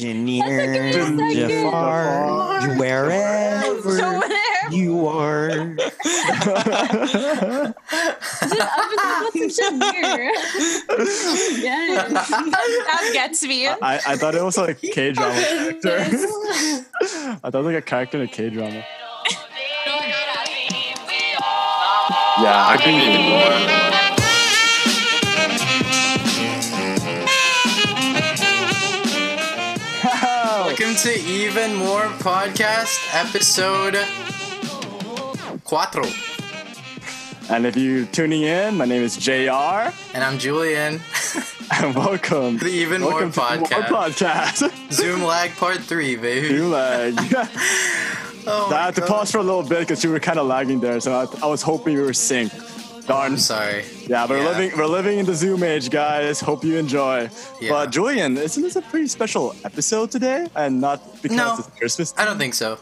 engineer That's a great Jafar, second. wherever you are. Just up yes. That gets me. I, I thought it was like a K drama character. I thought it was like a character in a K drama. Yeah, I couldn't even go on. Welcome to Even More Podcast, episode cuatro. And if you're tuning in, my name is JR, And I'm Julian. and welcome The Even welcome More to the Podcast. More Podcast. Zoom lag part three, baby. you like, Oh my I had to God. pause for a little bit because you were kind of lagging there, so I, I was hoping we were synced. Darn. I'm sorry. Yeah, we're Yeah. living we're living in the Zoom age, guys. Hope you enjoy. Yeah. But Julian, isn't this a pretty special episode today? And not because No. it's Christmas. I don't think so.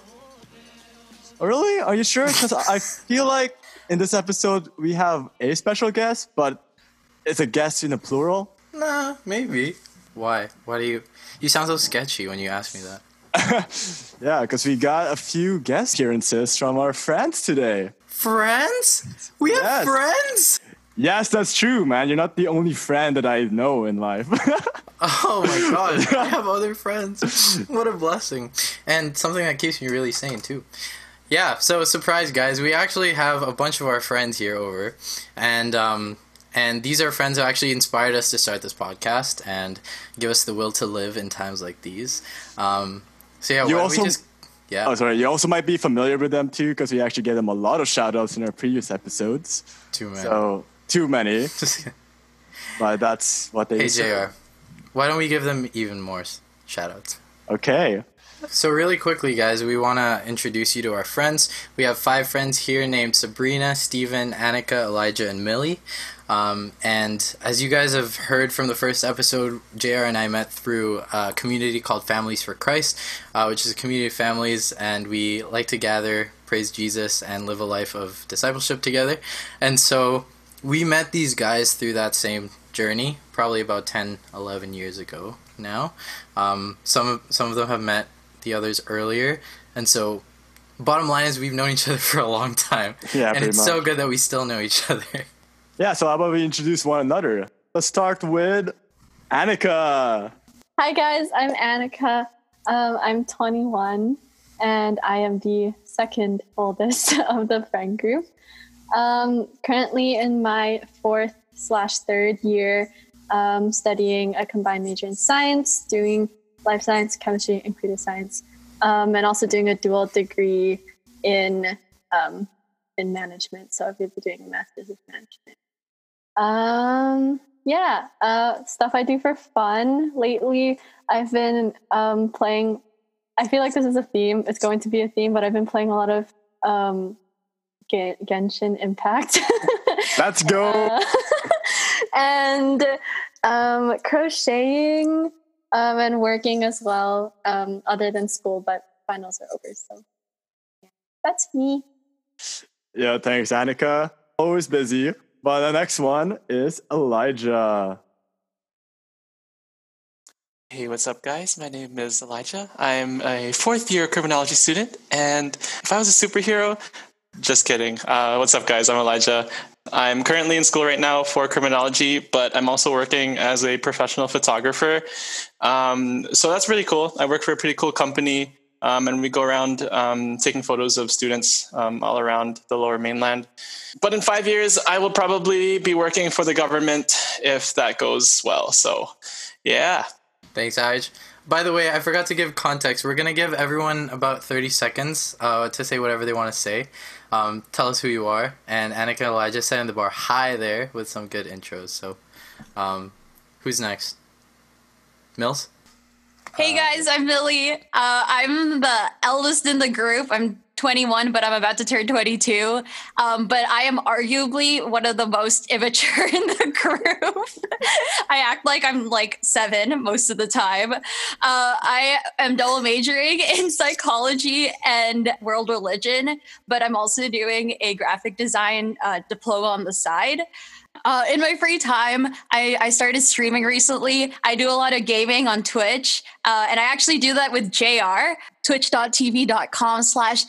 Oh, Really? Are you sure? Because I feel like in this episode we have a special guest, but it's a guest in the plural. Nah, maybe. Why? Why do you? You sound so sketchy when you ask me that. Yeah, because we got a few guest appearances from our friends today. Friends? We have Yes. friends? Yes, that's true, man. You're not the only friend that I know in life. Oh my god, I have other friends. What a blessing. And something that keeps me really sane too. Yeah, so surprise guys, we actually have a bunch of our friends here over. And um and these are friends who actually inspired us to start this podcast and give us the will to live in times like these. Um so yeah, You why don't also- we just yeah. oh, sorry. You also might be familiar with them too, because we actually gave them a lot of shout outs in our previous episodes. too many. So, too many, but that's what they hey deserve. JR. Why don't we give them even more s- shout outs? Okay. So really quickly, guys, we want to introduce you to our friends. We have five friends here named Sabrina, Steven, Annika, Elijah, and Millie. Um, and as you guys have heard from the first episode, JR and I met through a community called Families for Christ, uh, which is a community of families, and we like to gather, praise Jesus, and live a life of discipleship together. And so we met these guys through that same journey, probably about 10, 11 years ago now. Um, some, some of them have met the others earlier. And so, bottom line is, we've known each other for a long time. Yeah, and pretty it's so much. good that we still know each other. Yeah, so how about we introduce one another? Let's start with Annika. Hi guys, I'm Annika. Um, I'm 21, and I am the second oldest of the friend group. Um, currently in my fourth slash third year, um, studying a combined major in science, doing life science, chemistry, and creative science, um, and also doing a dual degree in um, in management. So I'll be doing a master's of management. Um, yeah, uh, stuff I do for fun. Lately, I've been um, playing. I feel like this is a theme. It's going to be a theme, but I've been playing a lot of um, Gen- Genshin Impact. Let's go. Uh, and um, crocheting um, and working as well, um, other than school, but finals are over. So yeah. that's me. yeah, thanks, Annika. Always busy. But the next one is Elijah. Hey, what's up, guys? My name is Elijah. I'm a fourth year criminology student, and if I was a superhero, just kidding. Uh, what's up, guys? I'm Elijah. I'm currently in school right now for criminology, but I'm also working as a professional photographer. Um, so that's really cool. I work for a pretty cool company, um, and we go around um, taking photos of students um, all around the lower mainland. But in five years, I will probably be working for the government if that goes well. So, yeah. Thanks, Aj. By the way, I forgot to give context. We're gonna give everyone about thirty seconds uh, to say whatever they want to say. Um, tell us who you are, and Annika and Elijah setting the bar high there with some good intros. So, um, who's next? Mills. Hey guys, I'm Millie. Uh, I'm the eldest in the group. I'm 21, but I'm about to turn 22. Um, but I am arguably one of the most immature in the group. I act like I'm like seven most of the time. Uh, I am double majoring in psychology and world religion, but I'm also doing a graphic design uh, diploma on the side. Uh, in my free time, I, I started streaming recently. I do a lot of gaming on Twitch, uh, and I actually do that with JR, twitch.tv.com slash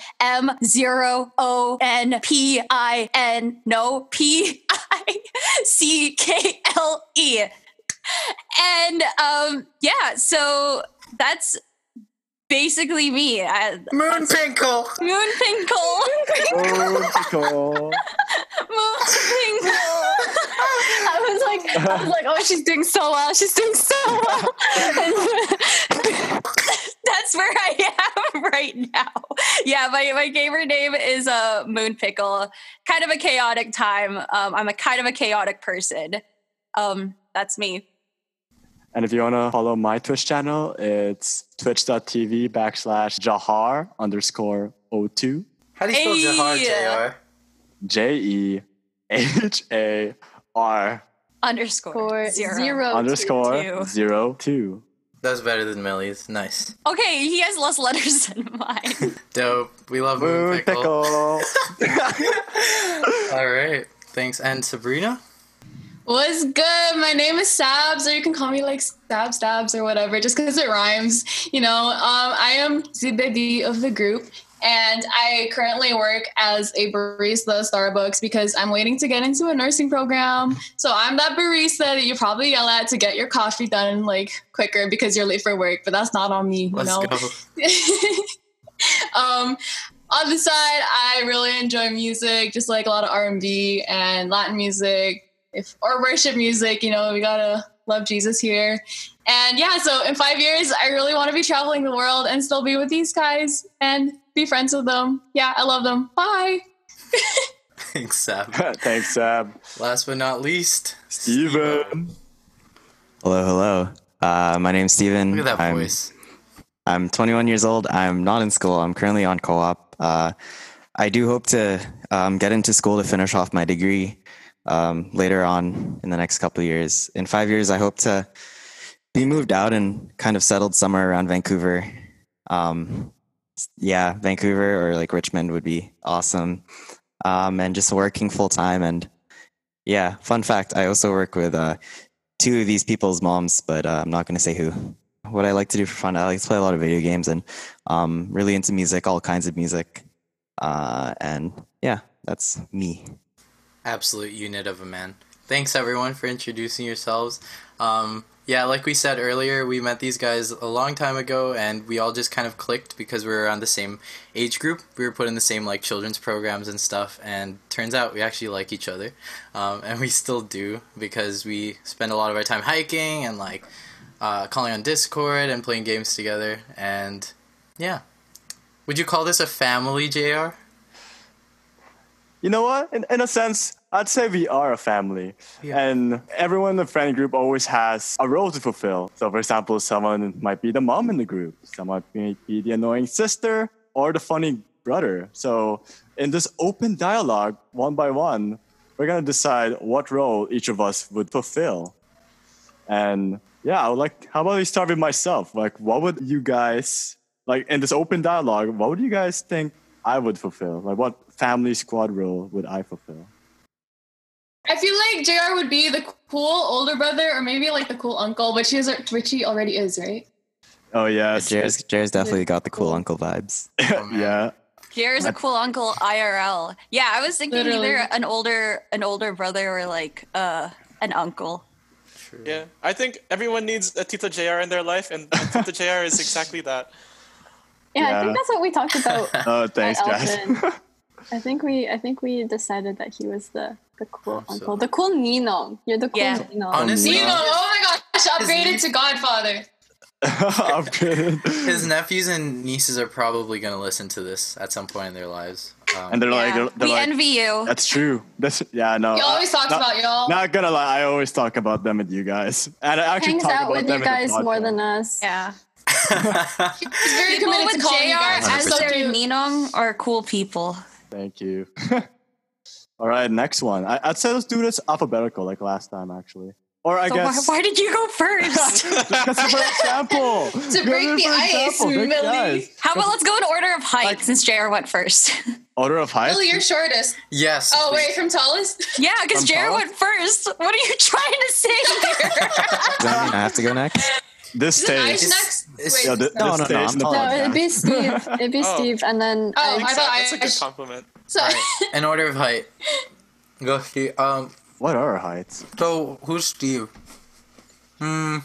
M0ONPIN, no, P-I-C-K-L-E. And um, yeah, so that's basically me. I, Moon Pinkle. Moonpinkle. Oh, Moonpinkle. I was like, I was like, oh, she's doing so well. She's doing so well. That's where I am right now. Yeah, my, my gamer name is uh, Moonpickle. Kind of a chaotic time. Um, I'm a kind of a chaotic person. Um, that's me. And if you want to follow my Twitch channel, it's twitch.tv backslash Jahar underscore O2 How do you spell Hey. Jahar, JR? J E H A R Underscore For zero. zero to Uh, underscore two. zero two. That was better than Millie's. Nice. Okay, he has less letters than mine. Dope. We love Moon Moon Pickle. pickle. All right. Thanks. And Sabrina? What's good? My name is Sabs, or you can call me like Stab Stabs or whatever, just because it rhymes. You know, um, I am the baby of the group, and I currently work as a barista at Starbucks because I'm waiting to get into a nursing program. So I'm that barista that you probably yell at to get your coffee done like quicker because you're late for work, but that's not on me. You Let's know? go. um, on the side, I really enjoy music, just like a lot of R and B and Latin music, if or worship music. You know, we gotta love Jesus here. And yeah, so in five years, I really want to be traveling the world and still be with these guys and be friends with them. Yeah, I love them. Bye. Thanks, Sab. Thanks, Sab. Last but not least, Steven. Hello, hello. Uh, my name's Steven. Look at that I'm, voice. I'm 21 years old. I'm not in school. I'm currently on co-op. Uh, I do hope to um, get into school to finish off my degree um, later on in the next couple of years. In five years, I hope to be moved out and kind of settled somewhere around Vancouver. Um, s- yeah, Vancouver or like Richmond would be awesome. Um, and just working full time. And yeah, fun fact: I also work with uh, two of these people's moms, but uh, I'm not going to say who what I like to do for fun. I like to play a lot of video games and um, really into music, all kinds of music. Uh, and yeah, that's me. absolute unit of a man. Thanks everyone for introducing yourselves. Um, yeah, like we said earlier, we met these guys a long time ago, and we all just kind of clicked because we were on the same age group. We were put in the same like children's programs and stuff, and turns out we actually like each other, um, and we still do because we spend a lot of our time hiking and like uh, calling on Discord and playing games together. And yeah, would you call this a family, Jr? You know what? In, in a sense, I'd say we are a family. Yeah. And everyone in the friend group always has a role to fulfill. So, for example, someone might be the mom in the group, someone might be the annoying sister, or the funny brother. So, in this open dialogue, one by one, we're going to decide what role each of us would fulfill. And yeah, I would like, how about we start with myself? Like, what would you guys, like, in this open dialogue, what would you guys think I would fulfill? Like, what family squad role would I fulfill? I feel like Jr. would be the cool older brother, or maybe like the cool uncle, which he is which he already is, right? Oh, yes. Jair's, Jair's definitely got the cool uncle vibes. yeah. Here's a cool uncle IRL. Yeah, I was thinking Literally. either an older an older brother or like uh an uncle. Yeah, I think everyone needs a Tito JR in their life, and Tito JR is exactly that. Yeah, I Yeah. think that's what we talked about. at Oh, thanks, guys. Elton. I think we, I think we decided that he was the the cool Absolutely. uncle, the cool Nino. You're the cool Yeah. Nino. Um, Honestly, You know, oh my gosh, upgraded to Godfather. I'm good. His nephews and nieces are probably going to listen to this at some point in their lives. Um, And they're Yeah, like, they're, they're we like, envy you. that's true. That's yeah, no. He always I- talks not, about y'all. Not gonna lie, I always talk about them with you guys, and I actually Hangs talk out about with them you in the guys more podcast. than us. Yeah. He's very People committed to with calling you JR guys. as So their cute. Ninong are cool people. Thank you. All right, next one. I, I'd say let's do this alphabetical, like last time, actually. Or I So why, guess why did you go first? because for example, break the ice, break the Millie. ice. How about let's go in order of height Like- since JR went first? Order of height? Lily, you're shortest. Yes. Oh, please. wait, from tallest? Yeah, because From Jared Paul? went first. What are you trying to say here? Does that mean I have to go next? This Is it stage. Ice next? it's- Wait, Yeah, thi- No, this no, no, stage I'm in the following. No, yeah. Oh, it'd be Steve. It'd be Oh. Steve, and then Oh, I, I thought That's a I- good compliment. sorry. In order of height. Go. Steve. Um. What are our heights? So who's Steve? Hmm. Um,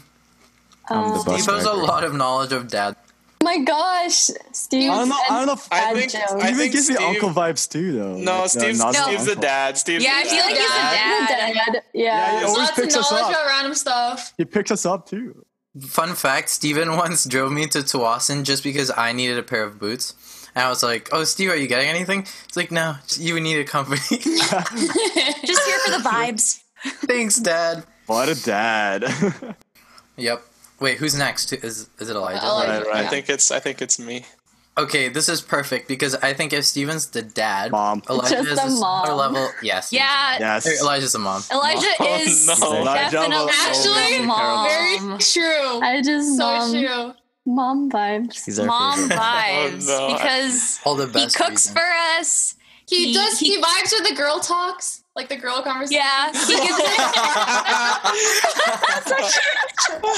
I'm the bus Steve has a driver. lot of knowledge of dad. Um, oh my gosh, Steve. I don't know. I don't know. If, I Bad think joke. I Steven think gives Steve, me uncle vibes too, though. No, Like, Steve's, not Steve's the uncle. dad. Steve's Yeah, I the feel like he's a dad. dad. Dad. Yeah, Yeah. he always Lots of picks knowledge us up. about random stuff. He picks us up too. Fun fact: Steven once drove me to Tawasin just because I needed a pair of boots. And I was like, "Oh, Steve, are you getting anything?" It's like, "No, you need a company." Just here for the vibes. Thanks, Dad. What a dad. Yep. Wait, who's next? Is is it Elijah? Elijah. right, I right. think it's I think it's me. Okay, this is perfect because I think if Steven's the dad, Mom. Elijah Just is the a smaller mom. level. Yes. Yeah, Yes. Or Elijah's the mom. Elijah Oh, is no. Elijah definitely was the Actually, mom. Very true. I just so mom, true. mom vibes. He's our mom favorite. vibes Oh, no. because All the he best. cooks reason. for us. He, He- does. he- He, vibes with the girl talks, like the girl conversation. Yeah, he gives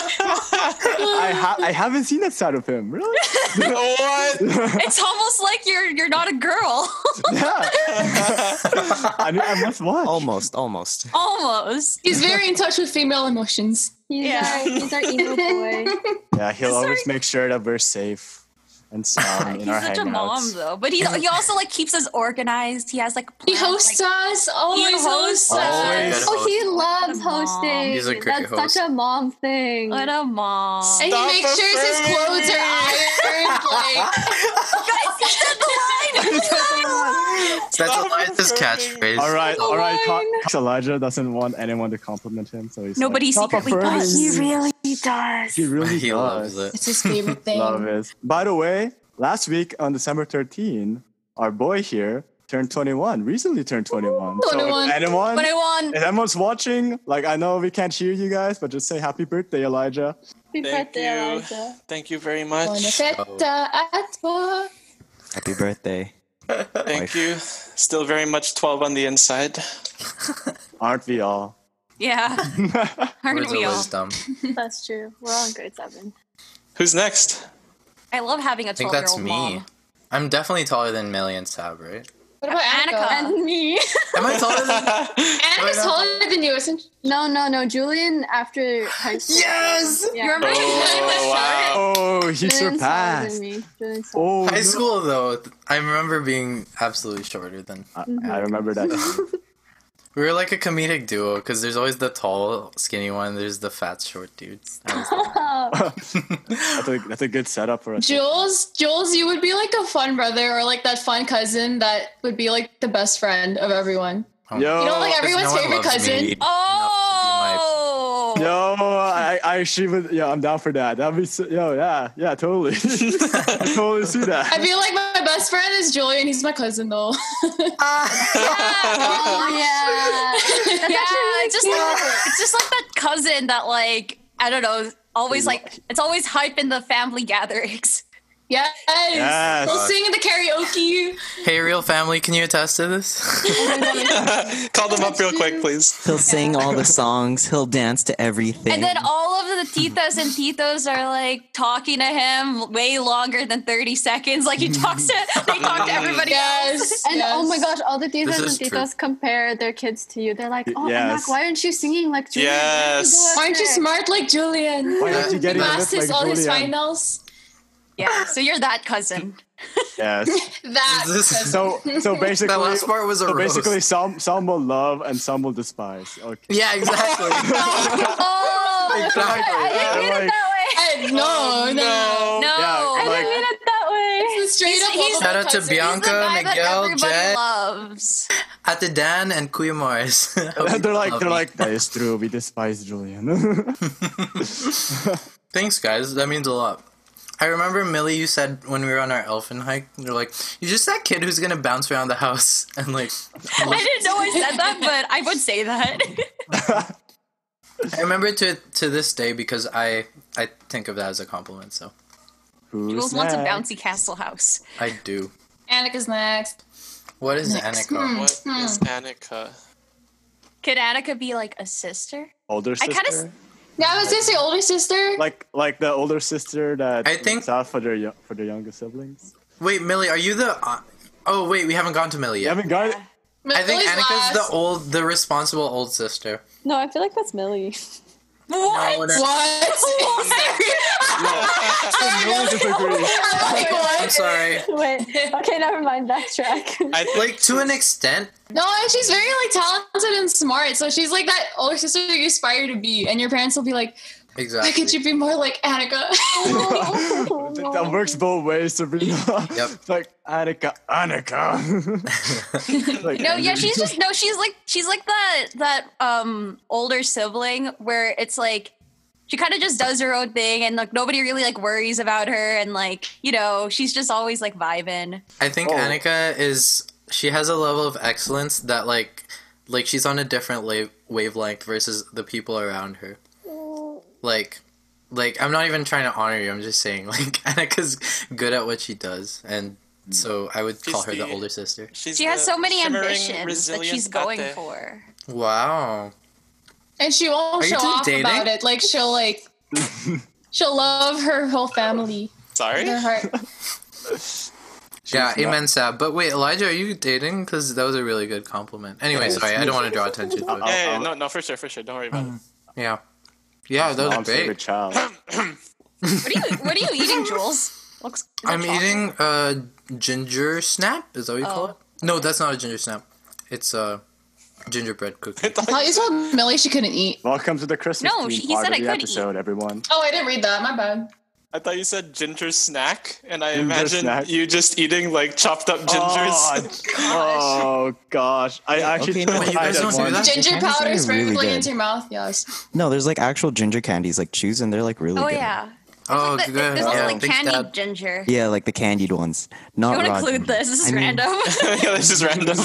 I, ha- I haven't seen that side of him. Really? what? it's almost like you're you're not a girl yeah. I, knew- I must watch. Almost, almost. almost. He's very in touch with female emotions. He's, Yeah. our, he's our emo boy. Yeah, he'll always make sure that we're safe and sound in He's our such a mom hangouts. though, but he he also like keeps us organized. He has like He plans, hosts like- us. Always hosts hosts Always. us. Good Oh, he What loves a mom. hosting. He's a great That's host. such a mom thing. What a mom! And he Stop makes sure his affirming clothes me. are ironed. Like, Guys, he said the line. That's Elijah's catchphrase. All right, all right. Line. Co- Elijah doesn't want anyone to compliment him, so he's Nobody like, "Stop secretly affirming does. me." He really does. He really He does. loves it. it's his favorite thing. Love it. By the way, last week on December 13, our boy here turned 21. Recently turned 21. So if 21. anyone, But I won. if anyone's watching, like I know we can't hear you guys, but just say happy birthday, Elijah. Happy Thank birthday, you. Elijah. Thank you very much. Bonafetta atwa. Happy birthday. Thank Life. you. Still very much 12 on the inside. Aren't we all? Yeah, aren't Words of we all? wisdom. I That's true. We're on grade seven. Who's next? I love having a think that's twelve-year-old me. mom. I'm definitely taller than Millie and Sab, right? What about Annika? And me. Am I taller than? Annika's taller than you, isn't she? no, no, no. Julian after high school. yes. Yeah. You remember? Oh, wow. Oh, he Julian's taller than surpassed. me. Julian's taller. Oh, High no. school though, th- I remember being absolutely shorter than. I, I remember that. We were like a comedic duo because there's always the tall, skinny one. There's the fat, short dudes. I was the- that's, a, that's a good setup for us. Jules, Jules, you would be like a fun brother or like that fun cousin that would be like the best friend of everyone. Oh, Yo, You know, like 'Cause everyone's no one favorite loves cousin. me. Oh. Yo, I, I actually would. Yeah, I'm down for that. That'd be so, yo, yeah, yeah, totally. I totally see that. I feel like my best friend is Julian. He's my cousin though. Oh, yeah. That's yeah, actually really it's just cute. like it's just like that cousin that like I don't know, always like it's always hype in the family gatherings. yes. Yes. We'll sing in the karaoke. Hey, real family, can you attest to this? Call them up real quick, please. He'll sing all the songs. He'll dance to everything. And then all of the titas and titos are like talking to him way longer than 30 seconds. Like he talks to they talk to everybody else. Yes. And oh my gosh, all the This titas is and true. titas compare their kids to you. They're like, oh, Yes. Anak, why aren't you singing like Julian? Why don't you Yes. go out Aren't you there?" smart like Julian? Why aren't you getting a Last lift his like all his Julian? finals. Yeah. So you're that cousin. Yes. That This is cousin. So so basically that last part was a so roast. basically some some will love and some will despise. Okay. yeah, exactly. Oh exactly. I didn't mean it that way. Eh, no, no, no. No. Oh, Yeah, I like- mean it that way. It's straight up He's- Shout out to cousin. He's the Bianca, guy that Miguel, everybody Jay, loves. Ate Dan, and Kuya Morris. they're like Love they're me. like that is true. We despise Julian. Thanks, guys. That means a lot. I remember Millie, you said when we were on our elfin hike, you're like, "You're just that kid who's gonna bounce around the house and like." I didn't know I said that, but I would say that. I remember it to to this day because I I think of that as a compliment. So Who's Jules wants a next? bouncy castle house. I do. Annika's next. What is Next. Annika? Hmm. What is Annika? Could Annika be like a sister? Older I sister. kinda s- Yeah, I was gonna say older sister. like like the older sister that I think- looks out for their yo- for their younger siblings. Wait, Millie, are you the? Uh, oh wait, we haven't gone to Millie You yet. haven't got it. I think Millie's Annika's last. the old, the responsible old sister. No, I feel like that's Millie. No, What? we're not- What? No one disagrees. Like, I'm what? sorry. Wait. Okay, never mind. Backtrack. I think Like to an extent, No, and she's very like talented and smart. So she's like that older sister you aspire to be, and your parents will be like, exactly. "Why could you be more like Annika?" that works both ways, Sabrina. Yep. It's like Annika, Annika. Like, No, yeah, Annika. she's just no, she's like she's like that that um older sibling where it's like she kind of just does her own thing and like nobody really like worries about her and like, you know, she's just always like vibing. I think Oh. Annika is she has a level of excellence that like like she's on a different la- wavelength versus the people around her. Like like I'm not even trying to honor you. I'm just saying like Annika's good at what she does and so I would call her She's the the- older sister. she's She has the so many shimmering, ambitions that she's resilient going latte. for. Wow. and she won't Are you show two off dating? about it. Like she'll like, she'll love her whole family, Sorry. her heart. She's yeah, not- amen, Sab. But wait, Elijah, are you dating? Because that was a really good compliment. Anyway, Yes. sorry, I don't want to draw attention to it. I'll- Yeah, yeah, I'll- no, no, for sure, for sure. Don't worry about it. Yeah. Yeah, that was Mom's favorite great. child. What are you what are you eating, Jules? Looks is that I'm chocolate? eating uh, ginger snap. Is that what you call Oh. it? No, that's not a ginger snap. It's uh, gingerbread cookie. Oh, you told Millie she couldn't eat. Welcome to the Christmas No, theme he part said of I the could eat. episode, everyone. Oh, I didn't read that. My bad. I thought you said ginger snack, and I Mm. Ginger imagine snack. you just eating like chopped up Oh, gingers. oh gosh, I actually okay, no, tried you guys it don't do once. that? Ginger candies powder are sprinkling really good. into your mouth. Yes. No, there's like actual ginger candies, like chews, and they're like really Oh good. yeah. Oh, But good. there's also yeah, like thanks, candied Dad. ginger. Yeah, like the candied ones. Not You want to raw include ginger. this? This is I mean- random. yeah, this is random.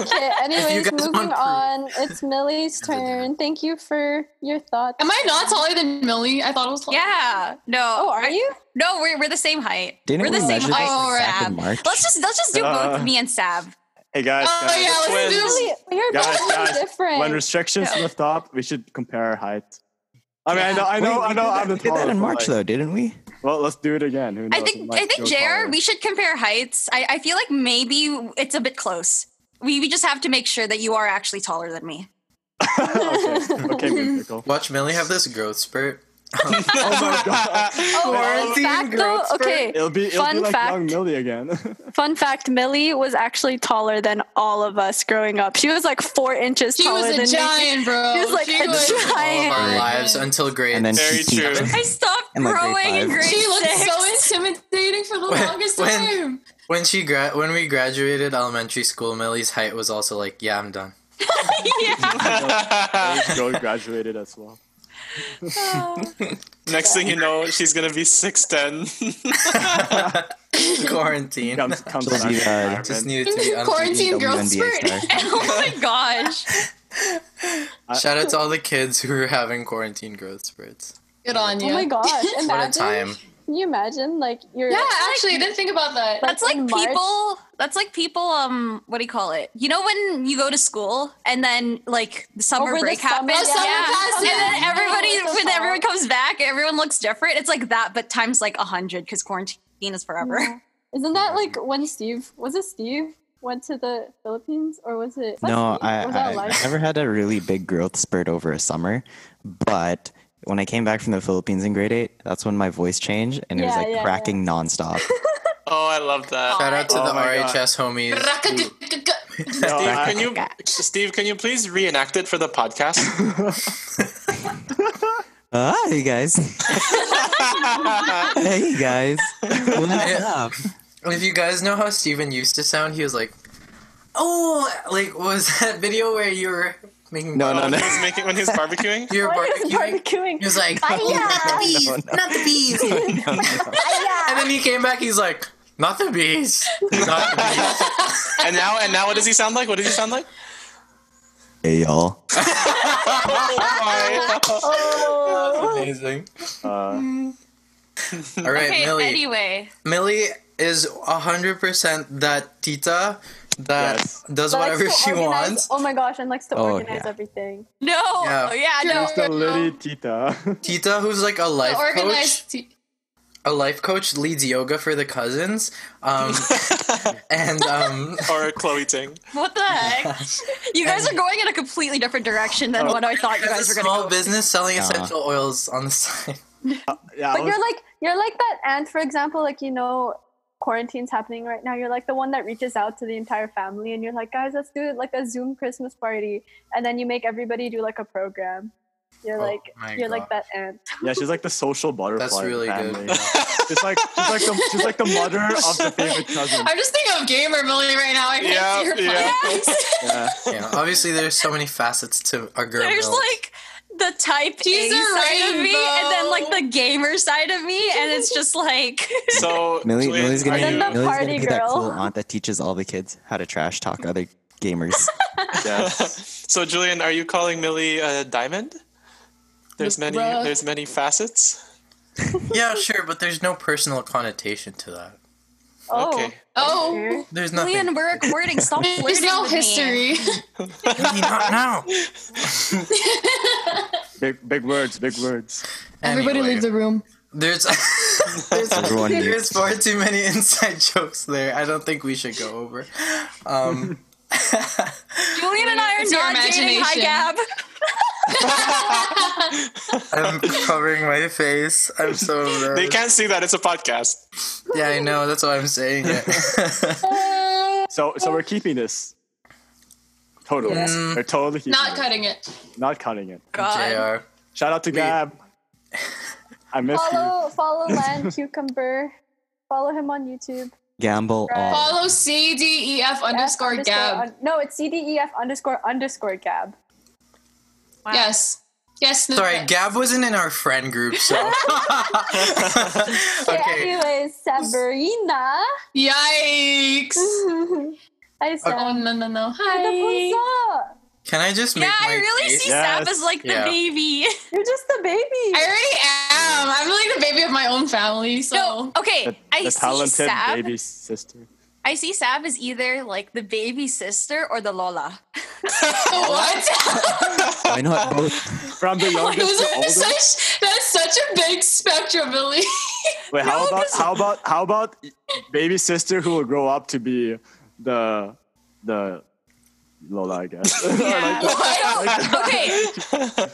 Okay, anyways, guys want moving proof. on. It's Millie's turn. Thank you for your thoughts. Am I not taller than Millie? I thought I was taller. yeah. No. Oh, are you? No, we're, we're the same height. Didn't we're the we same measure this height. like back in March? Let's just let's just do Uh, both me and Sab. Hey guys, Oh, guys, yeah, let's Twins. do Really? We are Guys, totally guys, different. when restrictions Yeah. lift up, we should compare our height. I mean, I Wait, know, we I know, I know. did I'm that- the we did that taller, in but, March like, though, didn't we? Well, let's do it again. Who knows? I think Might I think go JR, taller. we should compare heights. I, I feel like maybe it's a bit close. We, we just have to make sure that you are actually taller than me. okay, okay, good pickle. Watch Millie have this growth spurt. oh, fun Quarantine fact though. growth spurt. Okay. It'll be it'll Fun be like fact. young Millie again. Fun fact: Millie was actually taller than all of us growing up. She was like four inches She taller was than a me. giant, bro. She was like a All of giant. our lives until grade. And then Very she true. I stopped And like grade growing in five. grade She looked six. so intimidating for the When- longest when- time. when she gra- when we graduated elementary school, Millie's height was also like, yeah, I'm done. Joe graduated as well. Next thing you know, she's gonna be six ten. Quarantine. Comes comes She'll back. be, to uh, retirement. Just needed to be un- Quarantine growth WNBA spurt. star. oh my gosh. Shout out to all the kids who are having quarantine growth spurts. Good on you. Oh my gosh! What a Imagine. time. Can you imagine? Like you're. Yeah, actually, I didn't think about Like that. That's like in March- people that's like people um what do you call it? You know when you go to school and then like the summer Over the break summer, happens? yeah. Summer classes. And then Yeah. everybody Yeah. when everyone comes back, everyone looks different. It's like that, but times like a hundred because quarantine is forever. Isn't that like when Steve was it Steve went to the Philippines or was it? No, was that I, Steve? Or was that I, I Elijah? never had a really big growth spurt over a summer, but when I came back from the Philippines in grade eight, that's when my voice changed and it was Yeah, like yeah, yeah. cracking nonstop. Oh, I love that. Shout out to Oh the my God. RHS homies. who- No, Steve, I- can you Steve, can you please reenact it for the podcast? Ah, hey guys. hey guys. What up? If you guys know how Steven used to sound, he was like, "Oh, like was that video where you were making No, no, when no. he was making when he was barbecuing. you were Why is barbecuing?" barbecuing? He was like, Oh, "Not the bees, not the bees." And then he came back. He's like, "Not the bees, not the bees." And now and now, what does he sound like? What does he sound like? Hey y'all. Oh my. Oh. Amazing. Uh, All right, okay, Millie. anyway. Millie is hundred percent that Tita that Yes. does That whatever likes to she organize- wants. Oh my gosh, and likes to Oh, organize yeah. everything. No. oh, Yeah. Yeah, no. She's the litty tita. Tita, who's like a life The coach, organized te- a life coach leads yoga for the cousins, um, and um, or Chloe Ting. What the heck? You guys are going in a completely different direction Oh, than what I thought you has guys a were going Oh. to small go. business selling Yeah. essential oils on the side. Uh, yeah, I But was, you're like you're like that aunt, for example, like you know, quarantine's happening right now. You're like the one that reaches out to the entire family and you're like, guys, let's do like a Zoom Christmas party, and then you make everybody do like a program. You're Oh like my you're like gosh. that aunt. yeah, she's like the social butterfly. That's of the really family. good. She's like she's like the she's like the mother of the favorite cousin. I'm just thinking of gamer Millie right now. I can't Yeah, see your yeah. face. Yeah. yeah, obviously there's so many facets to a girl. There's build. like the type She's A a side of me, and then like rainbow. the gamer side of me, and it's just like So Millie, Julian, Millie's gonna, are be, Then you- the Millie's gonna party be that girl. cool aunt that teaches all the kids how to trash talk other gamers. Yes. so Julian, are you calling Millie a diamond? There's many. Bruh. There's many facets. yeah, sure, but there's no personal connotation to that. Oh, Okay. Oh, dear. There's nothing. Julian, we're recording. Stop there's flirting no with me. history. Really, not now. Big big words, big words. Everybody Anyway, leave the room. There's Everyone there's leaves. far too many inside jokes there. I don't think we should go over. Um, Julian and I are It's your not dating. Hi, imagination. Gab. I'm covering my face. I'm so embarrassed. They can't see that it's a podcast. Yeah, I know. Oh, That's why I'm saying it. Uh, So so we're keeping this. Totally. Yeah. We're totally keeping Not it. cutting it. Not cutting it. God. Jr. Shout out to Wait. Gab. I miss you. follow follow Land Cucumber. Follow him on YouTube. Gamble Right. all. Follow C D E F underscore F Gab. un- no, it's CDEF underscore underscore Gab. Yes. Yes. no- Sorry, Gab wasn't in our friend group, so. Okay. okay. Anyways, Sabrina. Yikes. I said. Oh no no no. Hi. Rapunzel, Can I just make Yeah, my I really face? see Yes. Sab as like the Yeah. baby. You're just the baby. I already am. I'm really the baby of my own family. So No, okay. The, I the see talented Sab. baby sister. I see Sab as either like the baby sister or the Lola. what? Why not both? From the youngest Those to are oldest. such, that's such a big spectrum, Billy. Wait, how about how about how about baby sister who will grow up to be the the Lola, I guess. Yeah. I don't. Okay.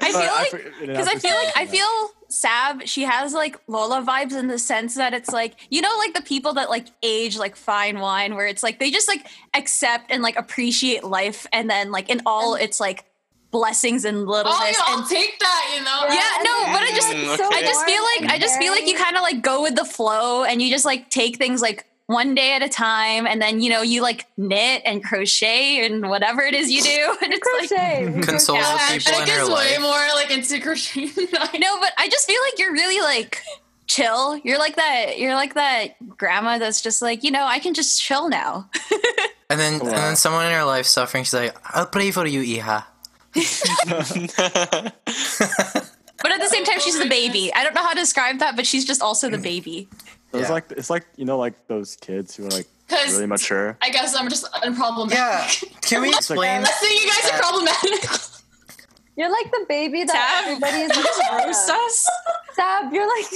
I feel like because I feel like I feel Sab. She has like Lola vibes in the sense that it's like you know like the people that like age like fine wine, where it's like they just like accept and like appreciate life, and then like in all it's like blessings and littleness. I'll, I'll and take that, you know? Yeah, no, but I just- Mm, okay. I just feel like I just feel like you kind of like go with the flow and you just like take things like one day at a time and then you know you like knit and crochet and whatever it is you do and it's like crochet. we Console crochet. us. I people in think her it's way life. more like into crochet than I know. No, but I just feel like you're really like chill. You're like that. You're like that grandma that's just like you know I can just chill now. And then, and then someone in her life suffering, she's like, I'll pray for you, Iha. But at the same time, she's the baby. I don't know how to describe that, but she's just also Mm. the baby. it's Yeah. like it's like you know like those kids who are like Because really mature. I guess I'm just unproblematic. Yeah. Can we It's like- explain? Let's say you guys are problematic. You're like the baby that Sab. everybody is. Sab. Sus. Sab, you're like.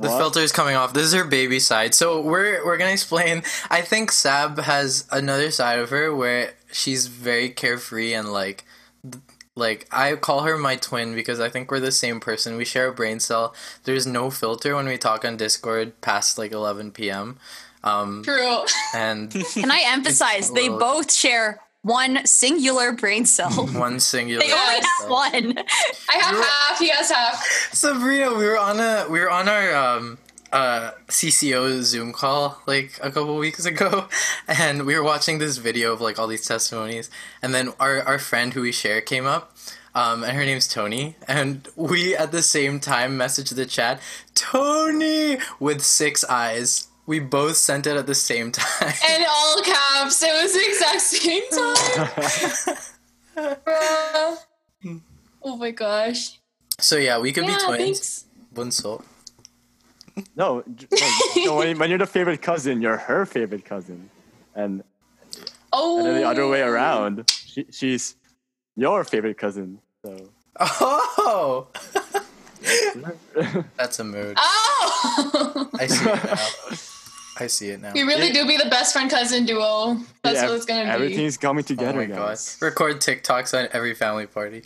The What? filter is coming off. This is her baby side. So we're we're gonna explain. I think Sab has another side of her where she's very carefree and like th- like I call her my twin because I think we're the same person. We share a brain cell. There's no filter when we talk on Discord past like 11 p.m. Um, True. and Can I emphasize? They both share one singular brain cell. one singular. They only Yes. have one. I have half, he has half. Sabrina, we were on a we were on our um uh CCO Zoom call like a couple weeks ago and we were watching this video of like all these testimonies and then our our friend who we share came up um and her name's Tony and we at the same time messaged the chat Tony with six eyes. We both sent it at the same time. And all caps. It was the exact same time. Bruh. Oh my gosh. so yeah, we could Yeah, be twins. thanks. Bunso. No, j- no, no, when, when you're the favorite cousin, you're her favorite cousin, and Oh, and then the other way around, she, she's your favorite cousin. So Oh, that's a mood. Oh, I see it now. I see it now. we really do be the best friend cousin duo. That's Yeah, what it's gonna Everything's coming Oh together, my god! guys. Record TikToks at every family party.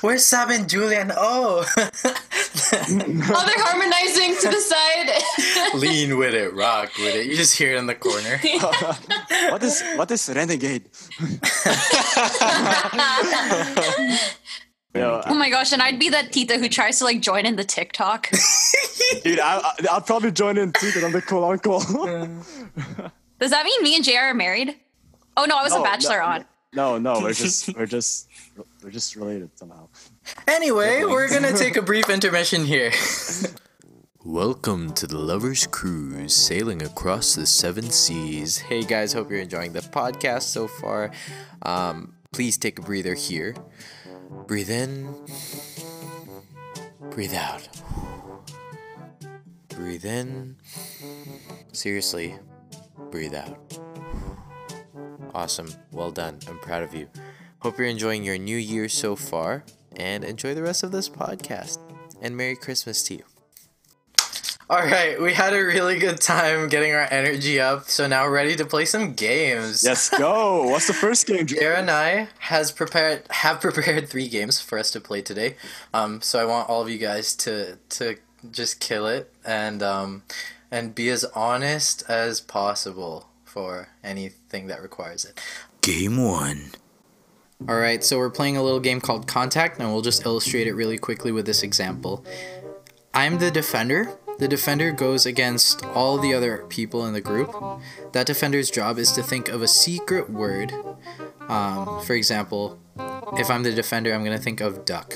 Where's Sam and Julian? Oh, be. Oh, they're harmonizing to the side. lean with it, rock with it. You just hear it in the corner. What is what is renegade? Yo, Oh my gosh, and I'd be that Tita who tries to like join in the TikTok. dude, I, I, I'll probably join in too because I'm the cool uncle. Does that mean me and JR are married? Oh no, I was No, a bachelor no, on. No, no, we're just we're just we're just related somehow. Anyway, we're gonna take a brief intermission here. Welcome to the Lover's Cruise, sailing across the seven seas. Hey guys, hope you're enjoying the podcast so far. Um, please take a breather here. Breathe in, breathe out. Breathe in. Seriously, breathe out. Awesome. Well done. I'm proud of you. Hope you're enjoying your new year so far and enjoy the rest of this podcast. And Merry Christmas to you. All right, we had a really good time getting our energy up, so now we're ready to play some games. Yes, go. What's the first game? Ju- Sarah and I has prepared have prepared three games for us to play today. Um, so I want all of you guys to to just kill it and um, and be as honest as possible for anything that requires it. Game one. All right, so we're playing a little game called Contact, and we'll just illustrate it really quickly with this example. I'm the defender. The defender goes against all the other people in the group. That defender's job is to think of a secret word. Um, for example, if I'm the defender, I'm going to think of duck.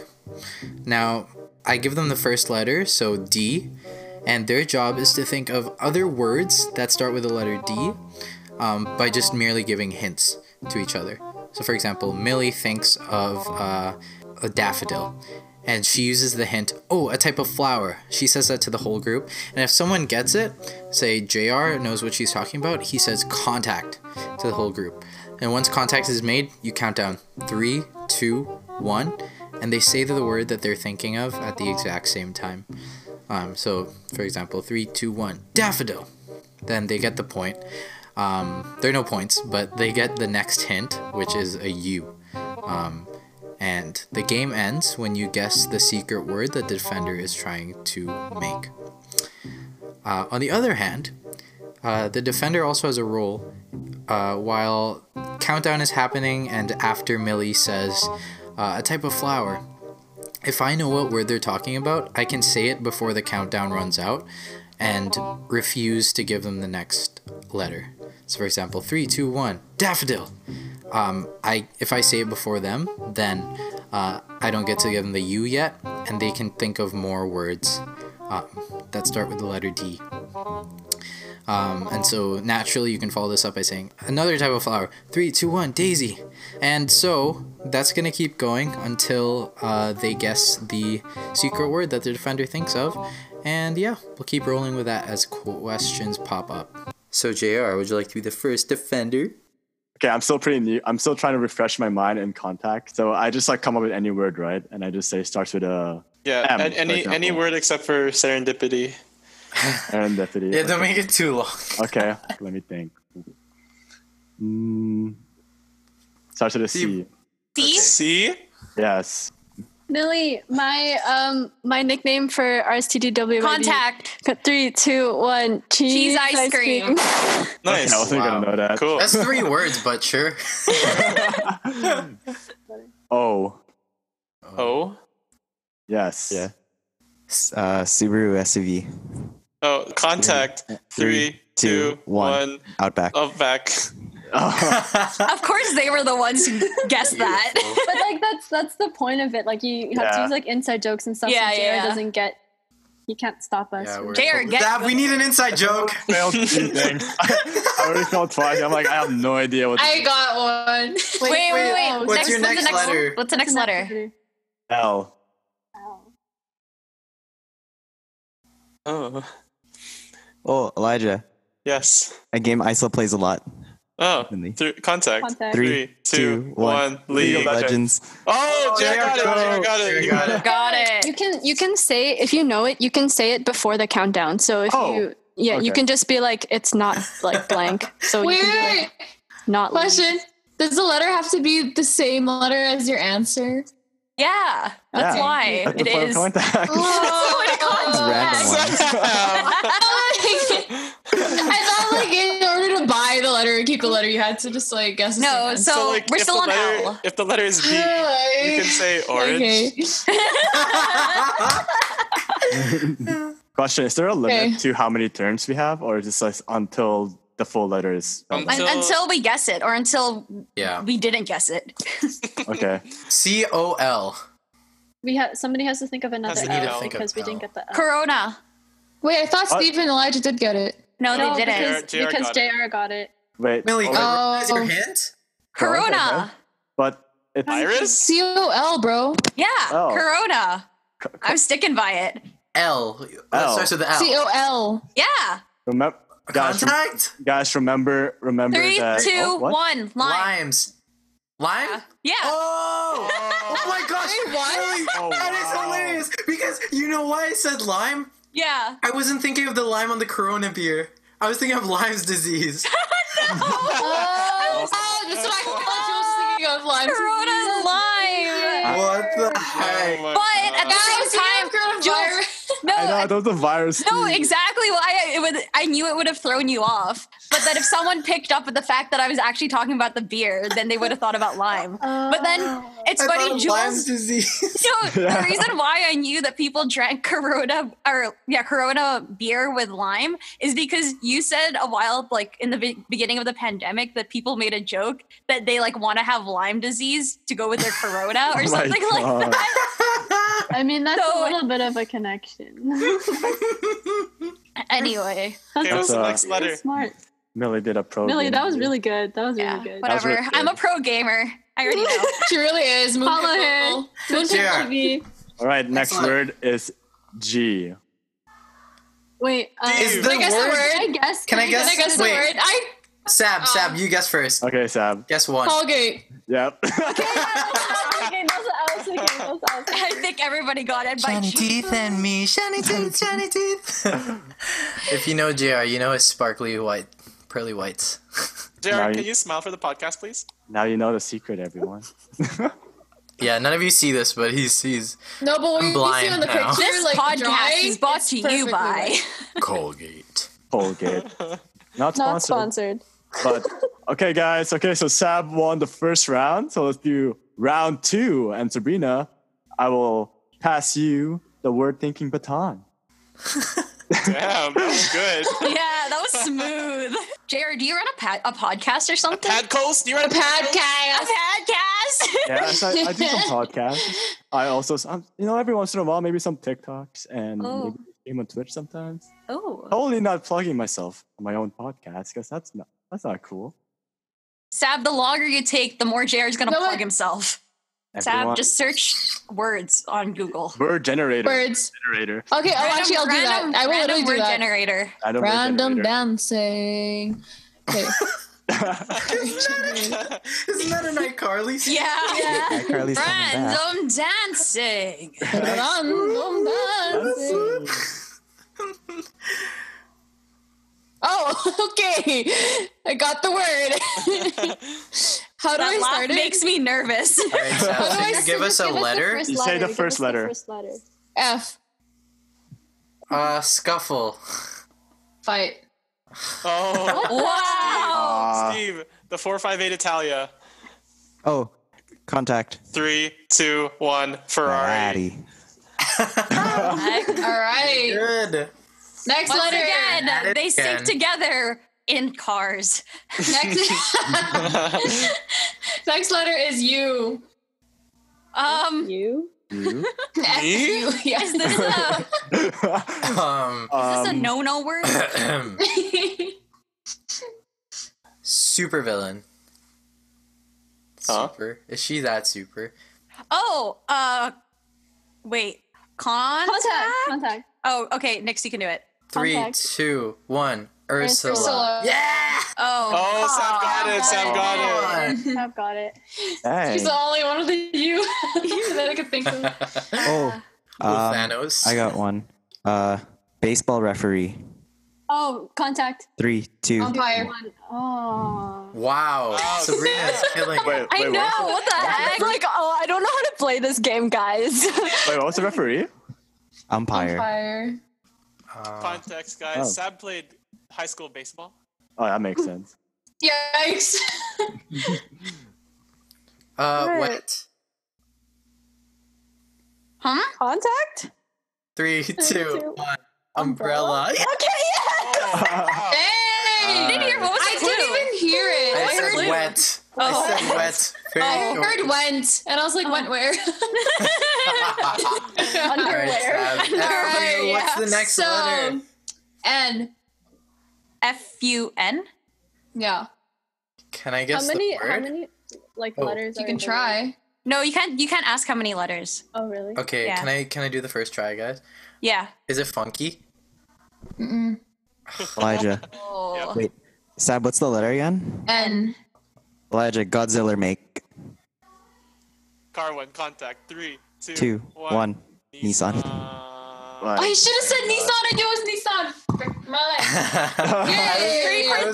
Now, I give them the first letter, so D, and their job is to think of other words that start with the letter D um, by just merely giving hints to each other. So, for example, Millie thinks of uh, a daffodil, and she uses the hint, oh, a type of flower. She says that to the whole group. And if someone gets it, say JR knows what she's talking about, he says contact to the whole group. And once contact is made, you count down three, two, one, and they say the word that they're thinking of at the exact same time. Um, so, for example, three, two, one, daffodil. Then they get the point. Um, there are no points, but they get the next hint, which is a U. Um, and the game ends when you guess the secret word that the defender is trying to make. Uh, on the other hand, uh, the defender also has a role. Uh, while countdown is happening and after Millie says uh, a type of flower, if I know what word they're talking about, I can say it before the countdown runs out and refuse to give them the next letter. So, for example, three, two, one, daffodil. Um, I if I say it before them, then uh, I don't get to give them the U yet, and they can think of more words um, that start with the letter D. Um, and so naturally, you can follow this up by saying another type of flower. Three, two, one, daisy. And so that's gonna keep going until uh, they guess the secret word that the defender thinks of. And yeah, we'll keep rolling with that as questions pop up. So Jr., would you like to be the first defender? Okay, I'm still pretty new. I'm still trying to refresh my mind and contact. So I just like come up with any word, right? And I just say starts with a Yeah, M, and for any any example. word except for serendipity. and deputy. Yeah, don't make it too long. Okay, let me think. Mm, starts with a C. See? See? Yes. Millie, my um my nickname for RSTDW Contact. Three, two, one. Cheese, Cheese ice cream. Okay, Nice. I wasn't Wow. gonna know that. Cool. That's three words, but sure. Oh, Oh. yes. Yeah. S- Uh, Subaru SUV Oh, contact. Three, two, one. Outback. Up back. Of course, they were the ones who guessed that. But like that's that's the point of it. Like you have to Yeah. use like inside jokes and stuff. Yeah, so yeah, Jared yeah. doesn't get. He can't stop us. Yeah, from- we're- JR, get Dab, we need an inside joke. Failed three things. I already failed twice. I'm like, I have no idea what I got one. Wait, wait, wait. oh, What's your next letter? What's the next letter? L. Oh. Oh, Elijah. Yes. A game Isla plays a lot. Oh, Definitely. through contact. Contact. Three, two, one. League of League of Legends. Oh, Oh, Jared there got it. you go. Jared got it. There you got it. Got it. You can you can say if you know it, you can say it before the countdown. So if Oh, you yeah, okay. you can just be like it's not like blank. So you can be like, Wait, not like- question. Does the letter have to be the same letter as your answer? Yeah, that's Yeah. why That's the it point of is. contact. It's random one. I thought like in order to buy the letter and keep the letter, you had to just like guess. the No, same so, like, we're if still the on letter, L. If the letter is B, you answer. can say "Oh, orange. Okay. Question: Is there a limit Okay. to how many terms we have, or is this like until the full letter is? Um, Un- Until- until we guess it, or until Yeah. we didn't guess it. okay. C O L. we have somebody has to think of another Has to L need to think of because we L. didn't get the L. Corona. Wait, I thought What? Steve and Elijah did get it. No, No, they because, didn't. JR got because it. JR got it. Wait. Millie, can Oh. I recognize your Um, hand? Corona. But it's Iris? C O L, bro. Yeah, Oh. Corona. I'm sticking by it. L. L. That starts with a L. C O L. Yeah. remember, guys, rem- Contact? guys, remember, remember Three, two, one. that. Oh, what? Lime. Limes. Lime? Yeah. Oh! oh my gosh! Millie, Oh, That is wow. hilarious! Because you know why I said lime? Yeah. I wasn't thinking of the lime on the corona beer. I was thinking of Lyme's disease. Oh, that's what I thought you were thinking of. Lyme. Corona lime. what the Oh heck? my But at God. the Guys, same time, Jules, no, I know that was a virus. No, too. exactly why I, it would. I knew it would have thrown you off. But that if someone picked up at the fact that I was actually talking about the beer, then they would have thought about lime. Oh. But then it's I thought funny, of Lyme's Jules. disease. No, Yeah. the reason why I knew that people drank Corona or yeah Corona beer with lime is because you said a while like in the be- beginning of the pandemic that people made a joke that they like want to have Lyme disease to go with their Corona or Oh my something like God. that. I mean that's So- a little bit of a connection. Anyway, Okay, what's That's, the uh, next letter? Smart. Millie did a pro. Millie, game. that was really good. That was yeah, really good. was whatever. really I'm a good. pro gamer. I already know. She really is. Moon Follow Pitbull. Moon Pit Yeah. TV. All right. Next Excellent. word is G. Wait, um, Is can the I guess the word- word? I guess Can I guess- Can I guess the Wait. word? I Sab, Sab, you guess first. Okay, Sam. Guess one. Colgate. Yep. Okay, that's what I was thinking. That's what I was thinking. I think everybody got it by Shiny teeth and me, shiny teeth, shiny teeth. if you know JR, you know his sparkly white, pearly whites. Now Jared, you- can you smile for the podcast, please? now you know the secret, everyone. Yeah, none of you see this, but he's he's No, but when I'm you see blind on the now. picture, This like podcast the drawing, is brought it's to you perfectly by. white. Colgate. Colgate. Not Not sponsored. sponsored. But okay, guys. Okay, so Sab won the first round. So let's do round two. And Sabrina, I will pass you the word thinking baton. Damn, that was good. yeah, that was smooth. JR, do you run a, pa- a podcast or something? Pad Coles, do you want a pad? Coles? a podcast? Yeah, so I, I do some podcasts. I also, some, you know, every once in a while, maybe some TikToks and Oh. maybe stream on Twitch sometimes. oh. Totally not plugging myself on my own podcast because that's not that's not cool. Sab, the longer you take, the more JR's going to No, plug but- himself. Everyone- Sab, just search words on Google. word generator. Words. generator. Okay, oh, actually, I'll do that. random- I will random literally word do that. generator. Random, word Random generator. dancing. Okay. Isn't that an iCarly? scene? Yeah. Yeah, Carly's coming back. Random dancing. Random dancing. Oh, okay. I got the word. How do I start That laugh it? makes me nervous. All right, Sab, do I can you say- give us a Give us the letter? first You say the Give first us letter. first letter. F. Uh, scuffle. Fight. Oh, wow. Ah, Steve, the 458 Italia. Oh, contact. Three, two, one, Ferrari. Alrighty. All right. Good. Next Once letter. again, At it they again. stick together in cars. Next, next letter is U. Um, You? you? F U. is Yes. this a, Um, is this a Um, no-no word? super villain. Huh? Super. Is she that super? Oh, uh, wait. Con? Contact. Contact. Oh, okay. Next, you can do it. Three, Contact. two, one. Ursula. Ursula. Yeah! Oh, Oh, Sam got Aw. it. Sam got it. Come I've got it. Dang. She's the only one of the you that I could think of. on. Oh, Little um, Thanos. I got one. Uh, baseball referee. Oh, contact. Three, two. Umpire. One. Oh. Wow, Wow, Sabrina's killing it. Wait, I wait, know. what? What the heck? Like, oh, I don't know how to play this game, guys. Wait, what was the referee? Umpire. Fire. Uh, Context, guys. Oh. Sam played high school baseball. Oh, that makes sense. Yikes. uh, Right. wet. huh? Contact? Three, two, two, one. Umbrella. Uh, Yeah, Oh, Dang! Uh, Didn't hear what was I the clue? didn't even hear it. I heard said wet. Oh. I said wet. Very I short. heard went, and I was like, went where? All right, Sab. uh, F you, Alright, What's the next so, letter? N. F U N. Yeah, Can I How guess many? the word? How many? Like Oh. letters? you are can in the word? try. No, you can't. You can't ask how many letters. Oh, really? Okay, Yeah. can I can I do the first try, guys? Yeah. Is it funky? Mm-mm. Elijah. Oh. Wait. Sab, what's the letter again? N. Elijah, Godzilla make. Carwin, contact. Three, two, one. Two, one. Nissan. Like, Oh, you should have said Nissan and it was Nissan. Frick My life. Three Yay. for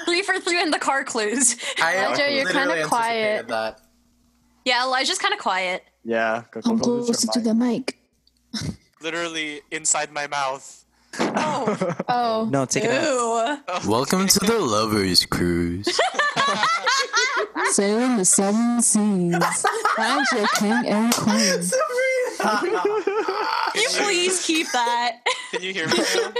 three. Three for three in the car clues. I Elijah, you're literally kinda anticipated quiet. That. Yeah, Elijah's kind of quiet. yeah. go- go- go to your mic. mic. Literally inside my mouth. Oh. Oh. No, take it out. Ew. Welcome to the Lovers Cruise. Sailing the seven seas. Find your king and queen. Ah, Can you please keep that? Can you hear me? now?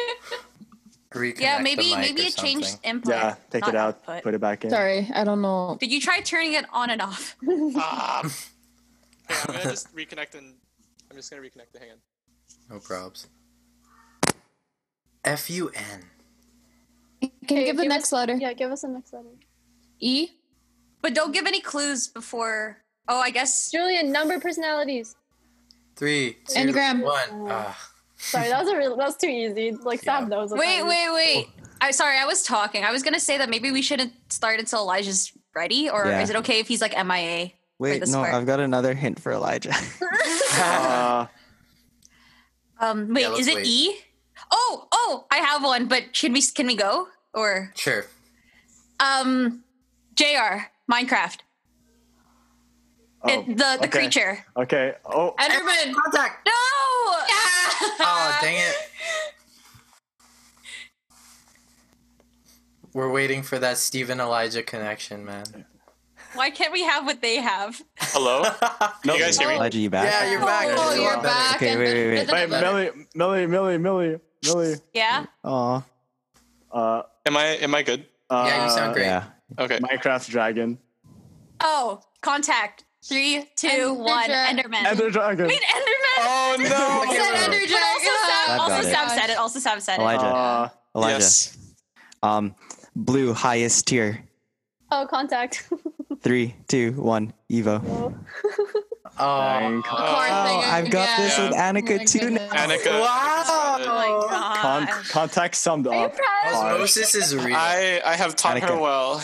Reconnect yeah, the maybe mic maybe or it changed something. input. Yeah, take it not out, output. put it back in. Sorry, I don't know. Did you try turning it on and off? Ah, Um, okay, I'm gonna just reconnect and I'm just gonna reconnect the hand. No probs. F U N. Can you Okay, give the give next us- letter? Yeah, give us the next letter. E. But don't give any clues before. Oh, I guess. Julian, number personalities. Three, two, Enneagram. one. Ah. Sorry, that was a real, that was too easy. Like Yeah. Sab knows. what Wait, that wait, wait. I sorry, I was talking. I was gonna say that maybe we shouldn't start until Elijah's ready, or Yeah. is it okay if he's like MIA? Wait, this no, part. I've got another hint for Elijah. Uh, Um, wait, Yeah, let's is it wait. E? Oh, oh, I have one. But should we? Can we go? Or Sure. um, Jr. Minecraft. oh, it, the the okay. creature. Okay. Oh, Enderman. Contact. No. Oh dang it. We're waiting for that Steven Elijah connection, man. Why can't we have what they have? Hello? no. you guys hear me? Elijah, you back? Yeah, you're back. Oh, This is a you're lot better. back. Okay, wait, wait, wait. Wait, Millie, Millie, Millie, Millie, Millie. Yeah. Aw. Uh, uh, Am I am I good? Yeah, you sound great. Yeah. Okay. Minecraft Dragon. Oh, contact. Three, two, Ender one. Dragon. Enderman. Ender Dragon. I mean, Enderman. Oh Said no! Ender But also Sam. I've Also got it. Sam said it. Also Sam said it. Elijah. Uh, Elijah. Yes. Um, blue highest tier. Oh, contact. Three, two, one. Evo. Oh, Minecraft. Oh, I've got this Yeah. with Oh Annika my too. goodness. Now. Annika. Oh wow. my god. Con- contact summed up. Hard. Osmosis is real. I I have taught her Annika. well.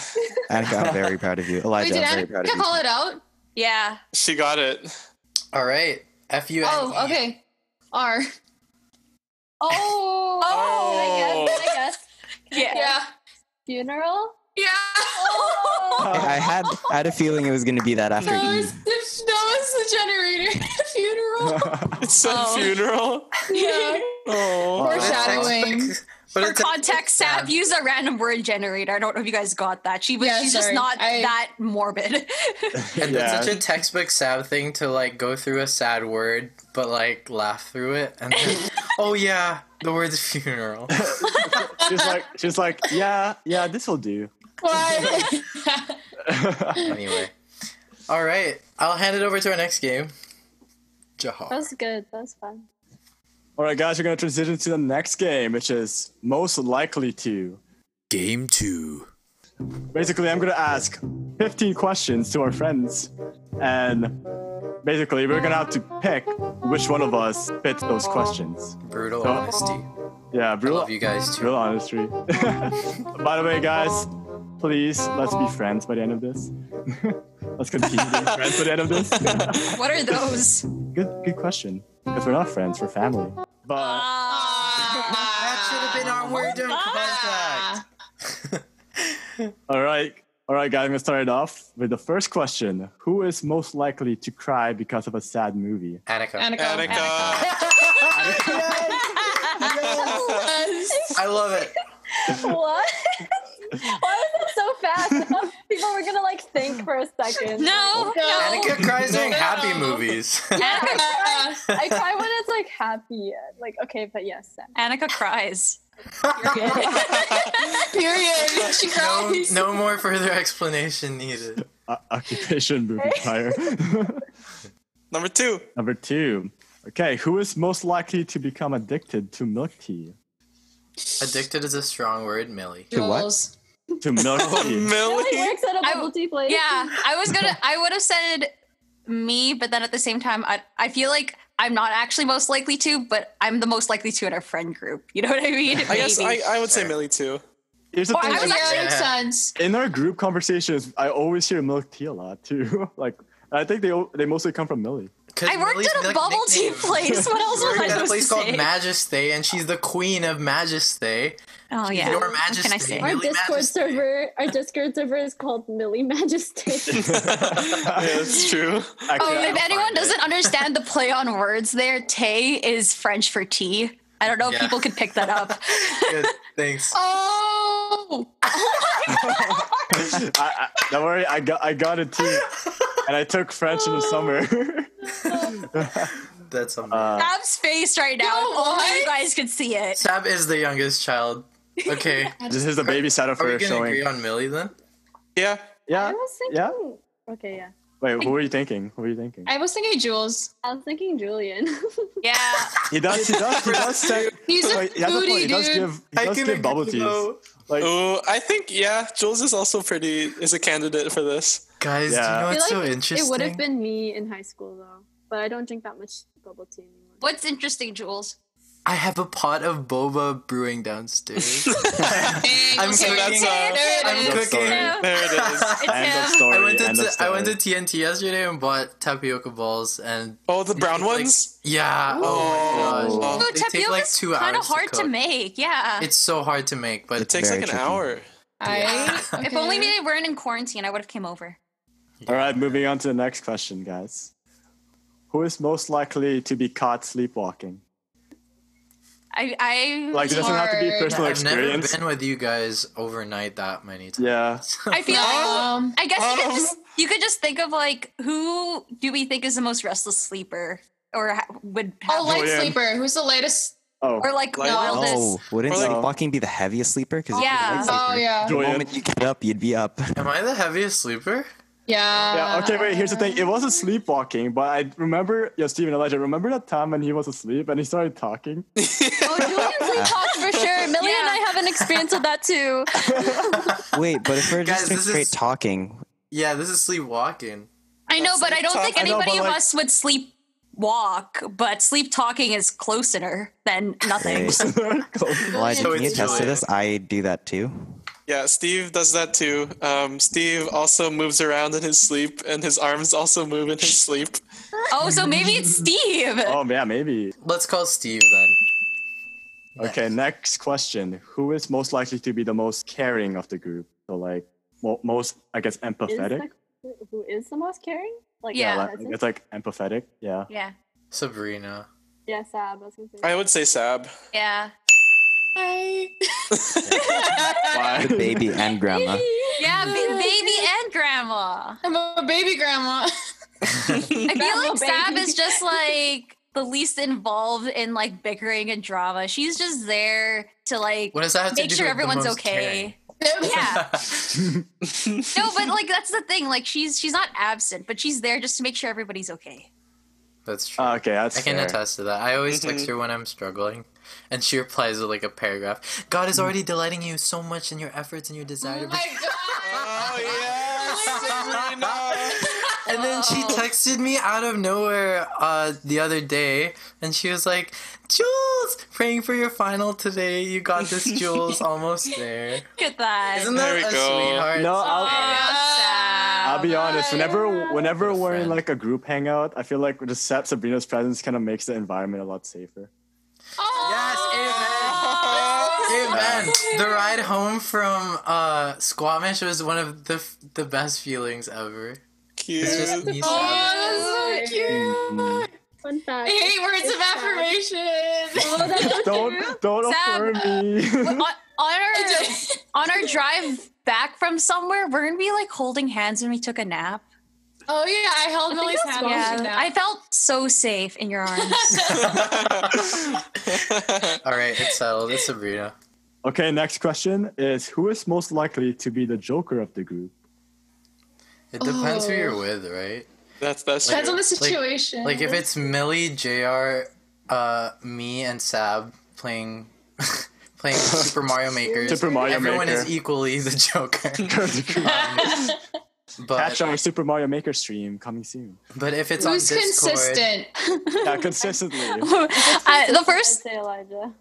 Annika, I'm very proud of you. Wait, Elijah, did I'm very proud of Annika you. call it out? Yeah. She got it. All right. F U N. E. Oh, okay. R. Oh. Oh. I guess. I guess. Yeah. Yeah. Funeral. Oh. Yeah. Oh. I, I had I had a feeling it was gonna be that after That E. was, the, that was the generator funeral. It said Oh. funeral. Yeah. Oh. Foreshadowing. But For context, Sam used a random word generator. I don't know if you guys got that. She was Yeah, she's sorry. just not I- that morbid. And Yeah. that's such a textbook sad thing to like go through a sad word, but like laugh through it, and then, oh yeah, the word's funeral. She's like, she's like, yeah, yeah, this will do. What? Anyway, all right, I'll hand it over to our next game. That Jahar. was good. That was fun. All right, guys, we're gonna transition to the next game, which is most likely to. Game two. basically i'm gonna ask 15 questions to our friends and basically we're gonna have to pick which one of us fits those questions Brutal So- honesty. Yeah, I real, love you guys too. real honesty. by the way, guys, please let's be friends by the end of this. let's continue being friends by the end of this. What are those? good, good question. Because we're not friends, we're family. But That should have been our word of contact. all right, all right, guys, I'm gonna start it off with the first question: Who is most likely to cry because of a sad movie? Annika. Annika. Annika. I love it. What? Why was it so fast? People were gonna like think for a second. No, no. Annika cries during happy movies. Annika. I cry when it's like happy. Like okay, but yes. sad. Annika cries. Period. She no, cries. no more further explanation needed. Uh, occupation movie fire. Number two. Number two. Okay, who is most likely to become addicted to milk tea? Addicted is a strong word, Millie. To what? Jules. To milk tea. It Millie. works at a I- bubble tea place. Yeah, I was gonna. I would have said me, but then at the same time, I I feel like I'm not actually most likely to, but I'm the most likely to in our friend group. You know what I mean? I guess I, Maybe. I would say Sure. Millie too. Here's the Or thing. I was like, Yeah, actually- makes sense. in our group conversations, I always hear milk tea a lot too. like, I think they o- they mostly come from Millie. 'Cause I worked Millie's at nick- a bubble tea nickname- place. What else was Worked I at a supposed to place called say? Majestay, and she's the queen of Majestay. oh yeah. Your What can I Majesty. say? Our Millie Discord Majesty. server, our Discord server is called Millie Majesty. Yeah, that's true. Oh, Actually, if anyone find it. doesn't understand the play on words, there, "tay" is French for tea. I don't know if Yeah. people could pick that up. Good, thanks. Oh, I, I, don't worry, I got I got it too, and I took French in the summer. That's amazing. Uh, Ab's face right now. No, if only you what? guys could see it. Sab is the youngest child. Okay. this is the babysitter Are we for gonna agree showing. on Millie then? Yeah. I Yeah. was thinking. Yeah. Okay, yeah. Wait, who are you thinking? Who are you thinking? I was thinking Jules. I was thinking Julian. Yeah. He does. He does. He does say. He's a Wait, he has a point. foodie, He does dude. give. He does give bubble teas. Like, Oh, I think yeah. Jules is also pretty is a candidate for this. Guys, do Yeah. you know I what's feel so like interesting? It would have been me in high school though, but I don't drink that much bubble tea anymore. What's interesting, Jules? I have a pot of boba brewing downstairs. Dang, I'm okay, cooking. that's, uh, there I'm it is. cooking. Yeah. There it is. It's end of him. story. I went, to end of t- I story. went to TNT yesterday and bought tapioca balls and Oh, the brown like- ones. yeah. Oh my gosh. Oh, Ooh, They take like tapioca's two kind hours of hard to, cook. make. Yeah. It's so hard to make, but It takes Very like an tricky. hour. I, okay. If only we weren't in quarantine, I would have came over. All right, moving on to the next question, guys. Who is most likely to be caught sleepwalking? I, I, Like, it doesn't have to be Hard. personal I've never experience. been with you guys overnight that many times. Yeah. I feel like. Um, I guess you could Um. just you could just think of like who do we think is the most restless sleeper or ha- would have oh, light Julian. sleeper. Who's the latest? Oh, or like Like- wildest. Oh, wouldn't Or like- sleepwalking be the heaviest sleeper? Because Yeah. Oh yeah, the Julian. moment you get up, you'd be up. Am I the heaviest sleeper? yeah. Yeah, okay, wait, here's the thing. It wasn't sleepwalking, but I remember, yo, Steven Elijah, remember that time when he was asleep and he started talking? Oh, Julian's we talked for sure. Millie and Yeah. I have an experience with that too. Wait, but if we're Guys, just doing this straight is- talking, Yeah, this is sleepwalking. I know, but I don't think I know, but, anybody of like- us would sleep walk, but sleep talking is closer than nothing. Right. Elijah, So can you it's attest to Julian. this? I do that too. Yeah, Steve does that too. Um, Steve also moves around in his sleep, and his arms also move in his sleep. oh, so maybe it's Steve. Oh, yeah, maybe. Let's call Steve then. Okay, next question. Who is most likely to be the most caring of the group? So, like, mo- most, I guess, Is empathetic? the, who is the most caring? Like Yeah. like, that's it? it's like empathetic, yeah. Yeah, Sabrina. Yeah, Sab. I was gonna say. I would say Sab. yeah, Why? The baby and grandma. yeah. ba- baby and grandma. I'm a baby grandma. I feel like Sab baby. is just like the least involved in like bickering and drama. She's just there to like What does that have to make do sure with the everyone's most okay. yeah. Yeah. no, but like that's the thing. Like she's she's not absent, but she's there just to make sure everybody's okay. That's true. Mm-hmm. Ah, okay, that's I can fair. attest to that. I always text her when I'm struggling, and she replies with like a paragraph. God is already delighting you so much in your efforts and your desire. Oh to my be-" god. Oh yeah, Sabrina. and then she Oh. texted me out of nowhere uh, the other day, and she was like, "Jules, praying for your final today. You got this, Jules. Almost there. Look at that. Isn't There that a we go. sweetheart? No, I'll, Ah, Yeah. I'll be honest. Whenever whenever Good we're in friend. like a group hangout, I feel like just Sab- Sabrina's presence kind of makes the environment a lot safer. Oh. Yes, amen. Amen. The ride home from uh, Squamish was one of the f- the best feelings ever. Cute. It's just me. sobbing. Oh, that's so cute. Mm. Fun fact. Eight words of Oh, affirmation. that's Don't don't Sab, affirm on, me. on our on our drive back from somewhere, we're gonna be like holding hands when we took a nap. Oh yeah, I held Millie's that's hand. wrong. Yeah, Yeah, I felt so safe in your arms. All right, it's settled. It's Sabrina. okay, next question is who is most likely to be the joker of the group? It depends who Oh. you're with, right? that's that's Depends on the true. situation. Like if it's Millie, Jr., uh, me, and Sab playing playing Super Mario Maker. Super Mario Everyone Maker. is equally the Joker. Catch But our Super Mario Maker stream coming soon. but if it's who's on Discord, consistent? Yeah, consistently. I, the first, I'd say Elijah.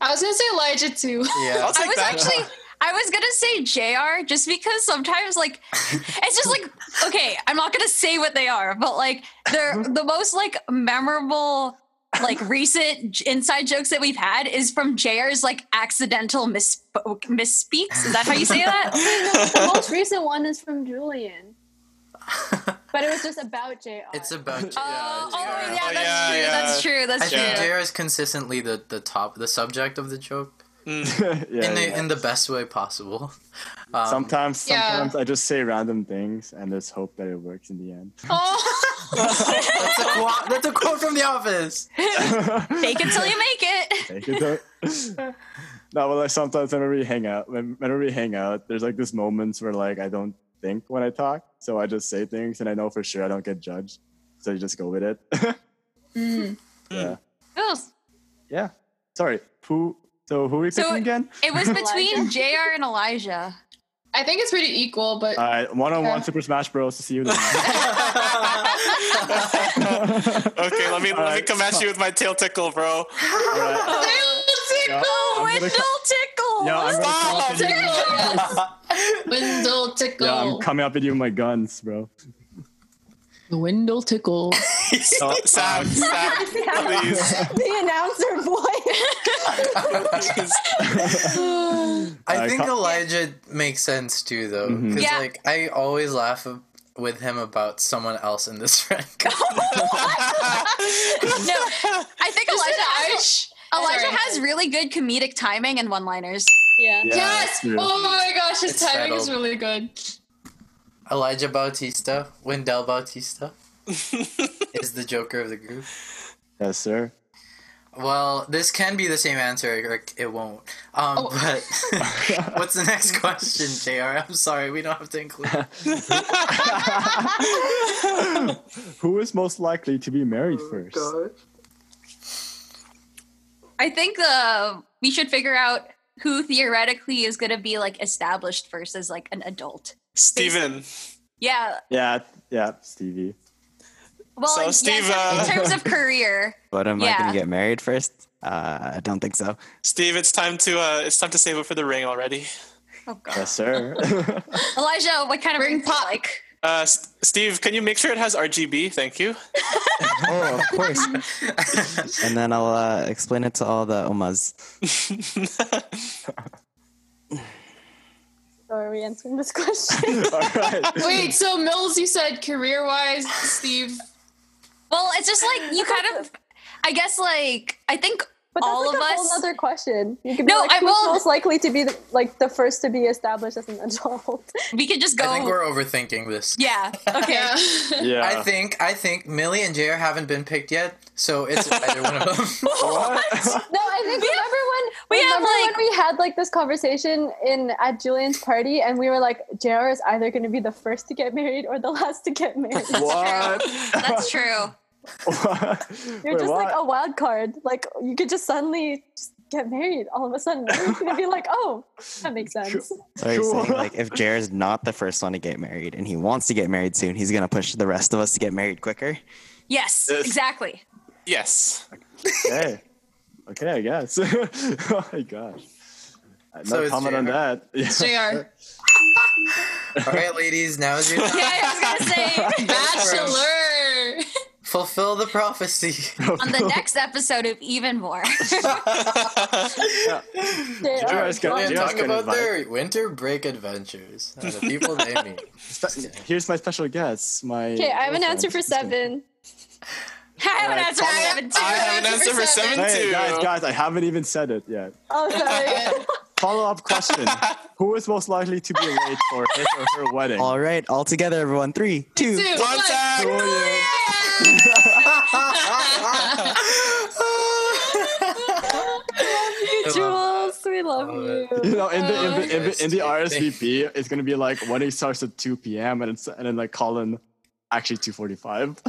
I was gonna say Elijah too. I'll yeah, take I was that. actually, I was gonna say Jr. just because sometimes like, it's just like okay, I'm not gonna say what they are, but like they're Mm-hmm. the most like memorable. Like recent j- inside jokes that we've had is from Jr's like accidental misspoke, misspeaks. Is that how you say that? the most recent one is from Julian. But it was just about JR. it's about. Oh, oh, yeah. yeah, Oh, that's yeah, true. yeah. That's true. I That's true. think Yeah. Jr. is consistently the, the top the subject of the joke Mm. yeah, in the yeah. in the best way possible. Um, sometimes Yeah. sometimes I just say random things and just hope that it works in the end. Oh, that's, a quote, that's a quote from The Office. Fake it till you make it. Take it to- no, but like sometimes whenever we hang out, when- whenever we hang out, there's like this moments where like I don't think when I talk, so I just say things, and I know for sure I don't get judged, so you just go with it. Yeah, yeah. Sorry, who? So who are we So- picking again? It was between JR and Elijah. I think it's pretty equal, but All right, one on one Yeah. Super Smash Bros. To see you. in the next. okay, let me let me Alright. come at you with my tail tickle, bro. All right. Yeah, Oh, I'm gonna Wendell co- Tickle. yeah, I'm gonna come up with you- Wendell tickle. yeah, I'm coming up at you with my guns, bro. The window tickle. Oh, Sam, Sam, please. the announcer boy. I Uh, think co- Elijah makes sense too, though, because Mhm. Yeah. like I always laugh ab- with him about someone else in this friend. group. No, I think Elijah has, Ish. Elijah Sorry. has really good comedic timing and one-liners. yeah. Yeah, that's Yes! true. Oh my gosh, his It's timing settled. is really good. Elijah Bautista, Wendell Bautista, is the Joker of the group. Yes, sir. Well, this can be the same answer, or it won't. Um, Oh. But what's the next question, Jr.? I'm sorry, we don't have to include. Who is most likely to be married first? I think the we should figure out who theoretically is going to be like established versus like an adult. Steven. Yeah. Yeah, yeah, Stevie. Well, So, in- yeah, Steve, uh, in terms of career, But am I Yeah. going to get married first? Uh, I don't think so. Steve, it's time to uh, it's time to save up for the ring already. oh god, Yes, sir. Elijah, what kind of ring pop? Like, Uh, S- Steve, can you make sure it has RGB? Thank you. oh, of course. and then I'll uh, explain it to all the omas. So are we answering this question? All right. Wait, so Mills, you said career wise, Steve. well, it's just like you kind of, I guess, like I think But that's all like of a whole us. other question. You could be No, like, I who's will- most likely to be the, like the first to be established as an adult. we could just go. I think we're overthinking this. yeah. Okay. Yeah. Yeah. I think I think Millie and Jr. haven't been picked yet, so it's either one of them. No, I think remember when we we have, remember like- when we had like this conversation in at Julian's party, and we were like, JR is either going to be the first to get married or the last to get married. What? That's true. What? You're Wait, just what? like a wild card. Like you could just suddenly just get married all of a sudden. You're going to be like, oh, that makes sense. So you're saying, Sure. like, if Jared's not the first one to get married and he wants to get married soon, he's going to push the rest of us to get married quicker? Yes. Yes. Exactly. Yes. Hey, Okay, I guess. oh my gosh. Uh, No So it's comment on JR. that. Yeah. It's JR. All right, ladies, now is your time. Yeah, I was gonna say Bachelor. Fulfill the prophecy. on the next episode of Even More. JR is gonna- William, JR is talk gonna about invite- their winter break adventures. and the people they meet. Here's my special guest. My Okay, I have an answer for girlfriend. seven. I have an answer for seven I too. have an answer for seven, Hey too. guys, guys, I haven't even said it yet. Oh, sorry. Follow up question: Who is most likely to be late for his or her wedding? All right, all together, everyone. Three, two. Two, one. Contact! Jules, we love Love you. You know, in the in the, in the, in the Oh. RSVP, it's gonna be like wedding starts at 2 p.m. and it's, and then like Colin, actually 2:45.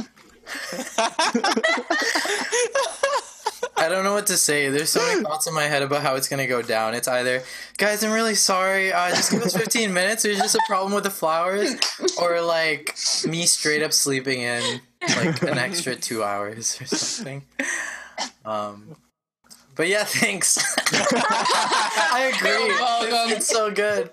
I don't know what to say. There's so many thoughts in my head about how it's gonna go down. It's either, guys, I'm really sorry. Uh, just give us 15 minutes. There's just a problem with the flowers, or like me straight up sleeping in like an extra two hours or something. Um, but yeah, thanks. I agree. Welcome. It's so good.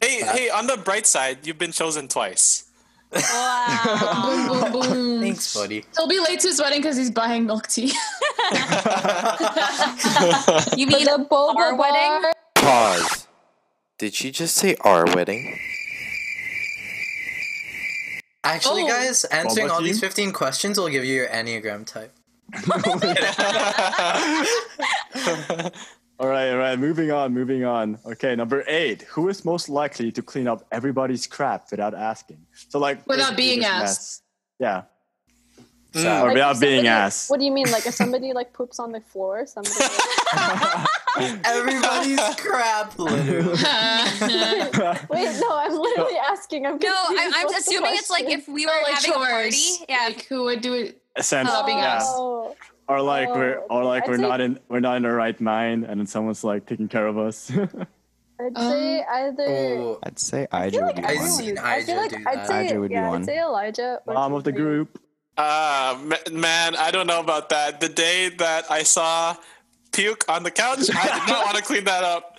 Hey, hey, on the bright side, you've been chosen twice. Wow. boom, boom, boom. Thanks, buddy. He'll be late to his wedding because he's buying milk tea. You mean The boba our wedding? bar. Pause. Did she just say our wedding? Actually, Oh. guys, answering Boba all these tea? 15 questions will give you your Enneagram type. All right, all right. Moving on, moving on. Okay, number eight. Who is most likely to clean up everybody's crap without asking? So like Without basically being just asked. mess. Yeah. Hmm. Mm. Or Like, without if being somebody- asked. What do you mean? Like if somebody like poops on the floor, somebody. Everybody's crap, literally. Uh, Wait, no, I'm literally asking. I'm No, confused. I'm, I'm What's the assuming it's like question? if we were like having a party. chores. Yeah. like, who would do it? Essentially, Without being yeah. asked. Oh. Or like we're Oh, or like I'd we're say- not in we're not in our right mind and then someone's like taking care of us. I'd Um, say either. Oh, I'd say I I feel would like be I've one. seen everyone- I feel Ija like do I'd that. say, Ija would be yeah, one. I'd say Elijah. or Mom of the Julie. group. Ah, ma- man, I don't know about that. The day that I saw puke on the couch, I did not want to clean that up.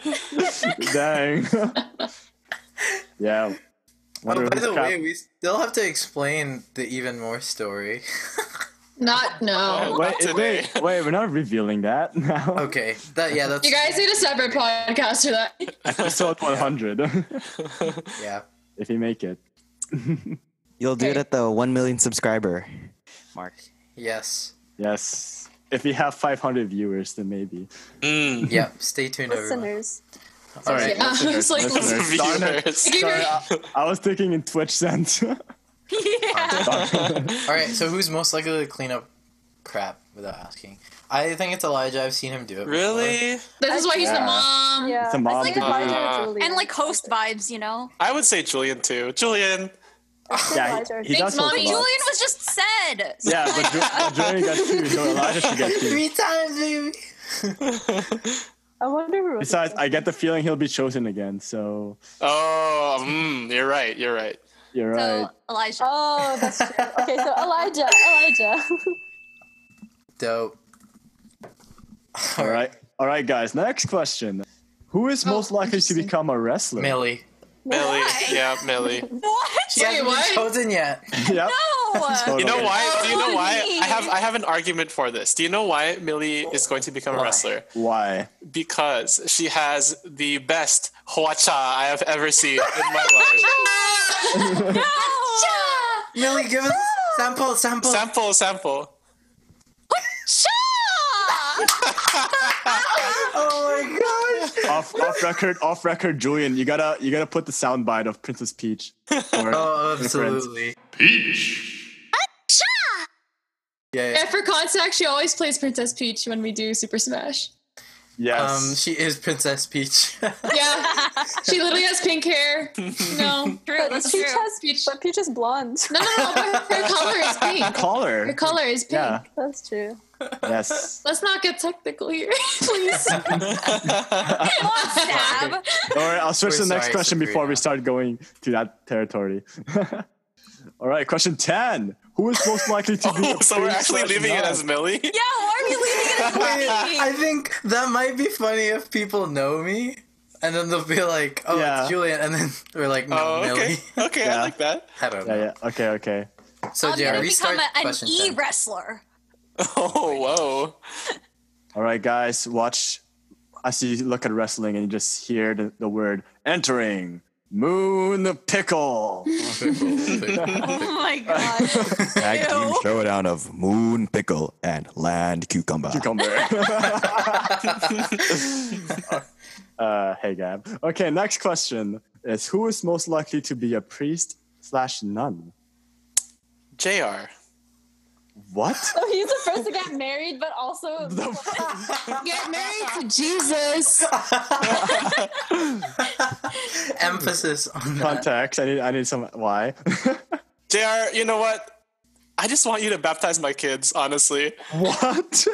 Dang. yeah. Wonder oh, by whose the crap- way, we still have to explain the even more story. Oh. Not Oh, no. Wait, Not wait, wait, we're not revealing that now. Okay, that yeah, that's You guys need a separate podcast for that. Episode 100, yeah. if you make it. You'll do it at the one million subscriber mark. Yes. Yes. If we have 500 viewers, then maybe. Mm. Yep. Stay tuned, everyone. Listeners. All right. Yeah, I was like, Listeners. Viewers. Sorry, I, I was thinking in Twitch sense. All right. So who's most likely to clean up crap without asking? I think it's Elijah. I've seen him do it. before. Really? this is why he's the Yeah. mom. Yeah. It's a I'd mom say of the Elijah or group. Julie. And like host vibes, you know? I would say Julian too. Julian. I'd say yeah, Elijah or he, he Julie. does host a Mommy. lot. Julian was just said. So Yeah, but, Ju- but Julian got two, so Elijah should get two. Three times, baby. I wonder who. Besides, I get the feeling he'll be chosen again, so Oh, mm, you're right. You're right. you're right. Elijah. Oh, that's true. Okay, so Elijah, Elijah. Dope. All right. All right, guys. Next question. Who is most likely to become a wrestler? Oh, Millie. Millie. Yeah, Millie. What? She hasn't what? been chosen yet. Yep. No. You know why? Do you know why? Oh, Millie. I have I have an argument for this. Do you know why Millie is going to become a Why? wrestler? Why? Because she has the best huacha I have ever seen in my life. Millie, give us sample, sample. Sample, sample. oh my gosh. off, off record, off record, Julian. You gotta you gotta put the soundbite of Princess Peach. Or, Oh, Different. absolutely. Peach. Yeah. yeah. And for contact, she always plays Princess Peach when we do Super Smash. yes. Um, she is Princess Peach. Yeah, she literally has pink hair. No, True, that's true. Peach has peach, but Peach is blonde. no, no, no. But her color is pink. Her Caller. color is pink. Yeah. That's true. Yes. Let's not get technical here, please. Come on, Sab. All right. I'll switch We're to the next sorry, question before Sabrina. we start going to that territory. All right, question 10. Who is most likely to be Oh, so we're actually leaving it as Millie? Yeah, why are you leaving it as Millie? I think that might be funny if people know me, and then they'll be like, "Oh, Yeah. it's Julian," and then we're like, "No, Oh, okay. Millie." Okay, Yeah. I like that. I don't know. Yeah, yeah. Okay, okay. So, I'm yeah, gonna restart Um, become a- an question e 10. wrestler. Oh, whoa. All right, guys, watch as you look at wrestling and you just hear the, the word entering Moon Pickle. Oh my god. Tag team showdown of Moon Pickle and Land Cucumber. Cucumber. uh, hey, Gab. Okay, next question is who is most likely to be a priest slash nun? JR. What? So he's the first to get married, but also Get married to Jesus. Emphasis on that. Context. I need. I need some. Why? Um, JR, you know what? I just want you to baptize my kids, honestly. what?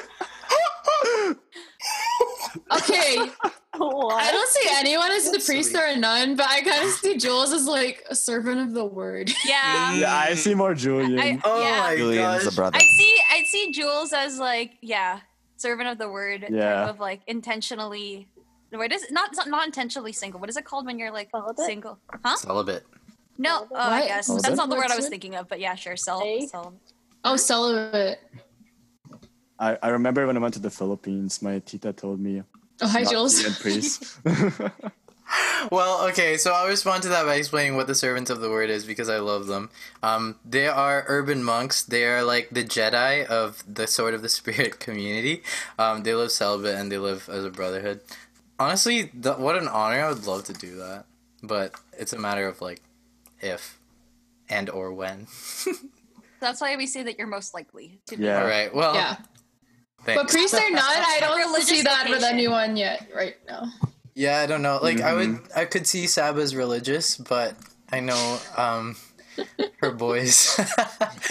Okay, I what? don't see anyone as a priest or a nun, but I kind of see Jules as like a servant of the word. Yeah. yeah, I see more Julian. I, Oh yeah. my Julian's the gosh. brother. I see I see Jules as like, yeah, servant of the word, Yeah. type of like intentionally what is not it's not not intentionally single. What is it called when you're like Celibate? single? Huh? Celibate. No, oh, I What? guess Celibate? that's not the word I was Celibate? thinking of. But yeah, sure, cel- Eh? cel- Oh, celibate. I, I remember when I went to the Philippines, my tita told me Oh, hi, not Jules. to be a priest. Well, okay, so I'll respond to that by explaining what the servants of the word is because I love them. Um, they are urban monks. They are like the Jedi of the Sword of the Spirit community. Um, they live celibate and they live as a brotherhood. Honestly, th- what an honor! I would love to do that, but it's a matter of like if and or when. That's why we say that you're most likely. To be. yeah. All right. Well, Yeah. But thanks. priest or nun, I don't Religious see that with vocation. anyone yet, right now. Yeah, I don't know. Like I would I could see Saba's religious, but I know um her boys. Yeah,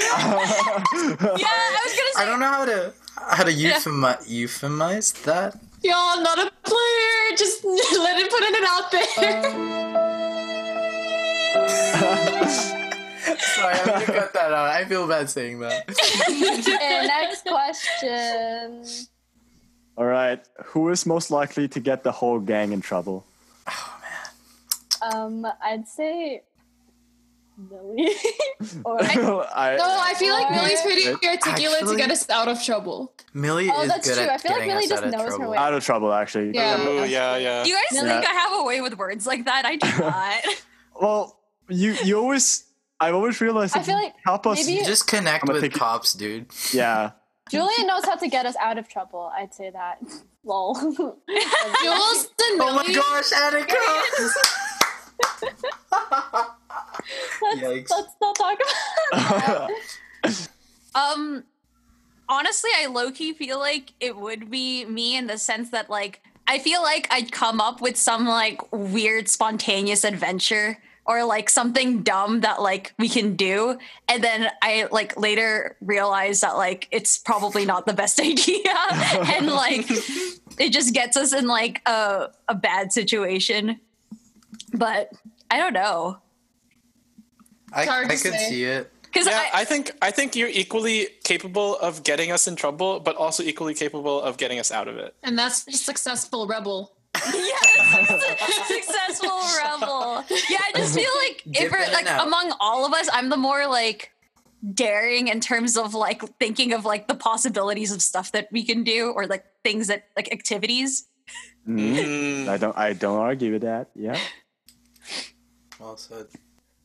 I was gonna say I don't know how to how to euphemi- euphemize that. Y'all, not a player. Just let it put it out Uh, there. Sorry, I'm gonna cut that out. I feel bad saying that. Okay, next question. All right. Who is most likely to get the whole gang in trouble? Um, I'd say Millie. or I, no, I feel like Millie's pretty articulate Actually- to get us out of trouble. Millie Oh, is that's good true. at I feel like getting Millie us just out of knows her trouble. way. out of trouble, actually. Yeah. Oh, yeah, yeah. Do you guys Yeah. think I have a way with words like that? I do not. Well, you you always I always realize I that feel you like help us. maybe- You just connect I'm gonna with take it. cops, dude. Yeah. Julian knows how to get us out of trouble. I'd say that. Lol. Jules and Oh my Millie. gosh, Attica! Yikes. Let's not talk about Um, honestly, I low key feel like it would be me in the sense that like I feel like I'd come up with some like weird spontaneous adventure or like something dumb that like we can do and then i like later realize that like it's probably not the best idea and like it just gets us in like a, a bad situation but i don't know I, It's I hard could to say. see it. because Yeah, I think I think you're equally capable of getting us in trouble, but also equally capable of getting us out of it. And that's a successful rebel. yes, successful rebel. Yeah, I just feel like Dip if we're, in and like out. among all of us, I'm the more like daring in terms of like thinking of like the possibilities of stuff that we can do or like things that like activities. Mm. Mm. I don't I don't argue with that. Yeah. Well said.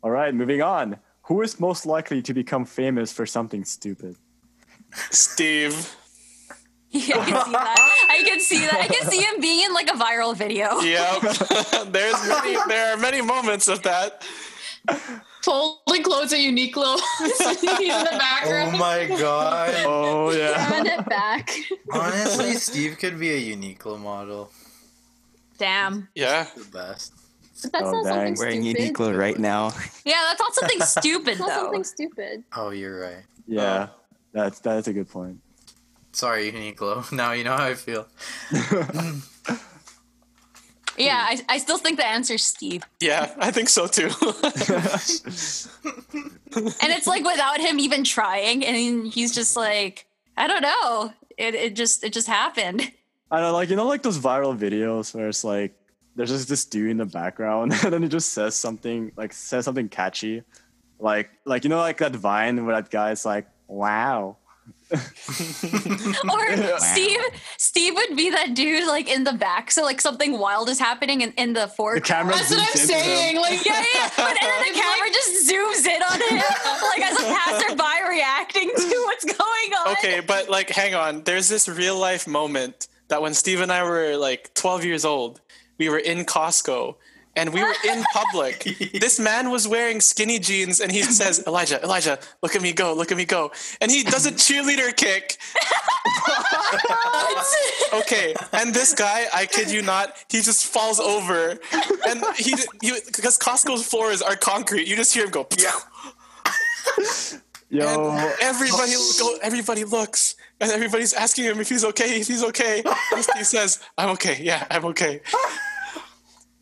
All right, moving on. Who is most likely to become famous for something stupid? Steve. Yeah, I can see that. I can see that. I can see him being in like a viral video. Yep. There's many, there are many moments of that. Folding clothes at Uniqlo. He's in the Oh background. my god. Oh yeah. Run it back. Honestly, Steve could be a Uniqlo model. Damn. Yeah. The best. But that's Oh, not something dang. Wearing stupid. Uniqlo right now. Yeah, that's not something stupid It's not though. something stupid. Oh, you're right. Oh. Yeah. That's that's a good point. Sorry, Uniqlo. Now you know how I feel. Yeah, I, I still think the answer's Steve. Yeah, I think so too. And it's like without him even trying, and he's just like, I don't know. It it just it just happened. I don't like you know like those viral videos where it's like there's just this dude in the background and then he just says something like says something catchy, like like you know like that Vine where that guy's like wow Or Steve Steve would be that dude like in the back, so like something wild is happening in, in the the foreground. camera. That's what zooms I'm into them. saying. Like, yeah, yeah, yeah. But and then the camera just zooms in on him, like as a passerby reacting to what's going on. okay, but like, hang on. There's this real life moment that when Steve and I were like 12 years old, we were in Costco and we were in public. this man was wearing skinny jeans and he says, Elijah, Elijah, look at me go, look at me go. And he does a cheerleader kick. okay, and this guy, I kid you not, he just falls over. And he, because Costco's floors are concrete, you just hear him go, Yo, and everybody go, everybody looks and everybody's asking him if he's okay, if he's okay. And he says, I'm okay, yeah, I'm okay.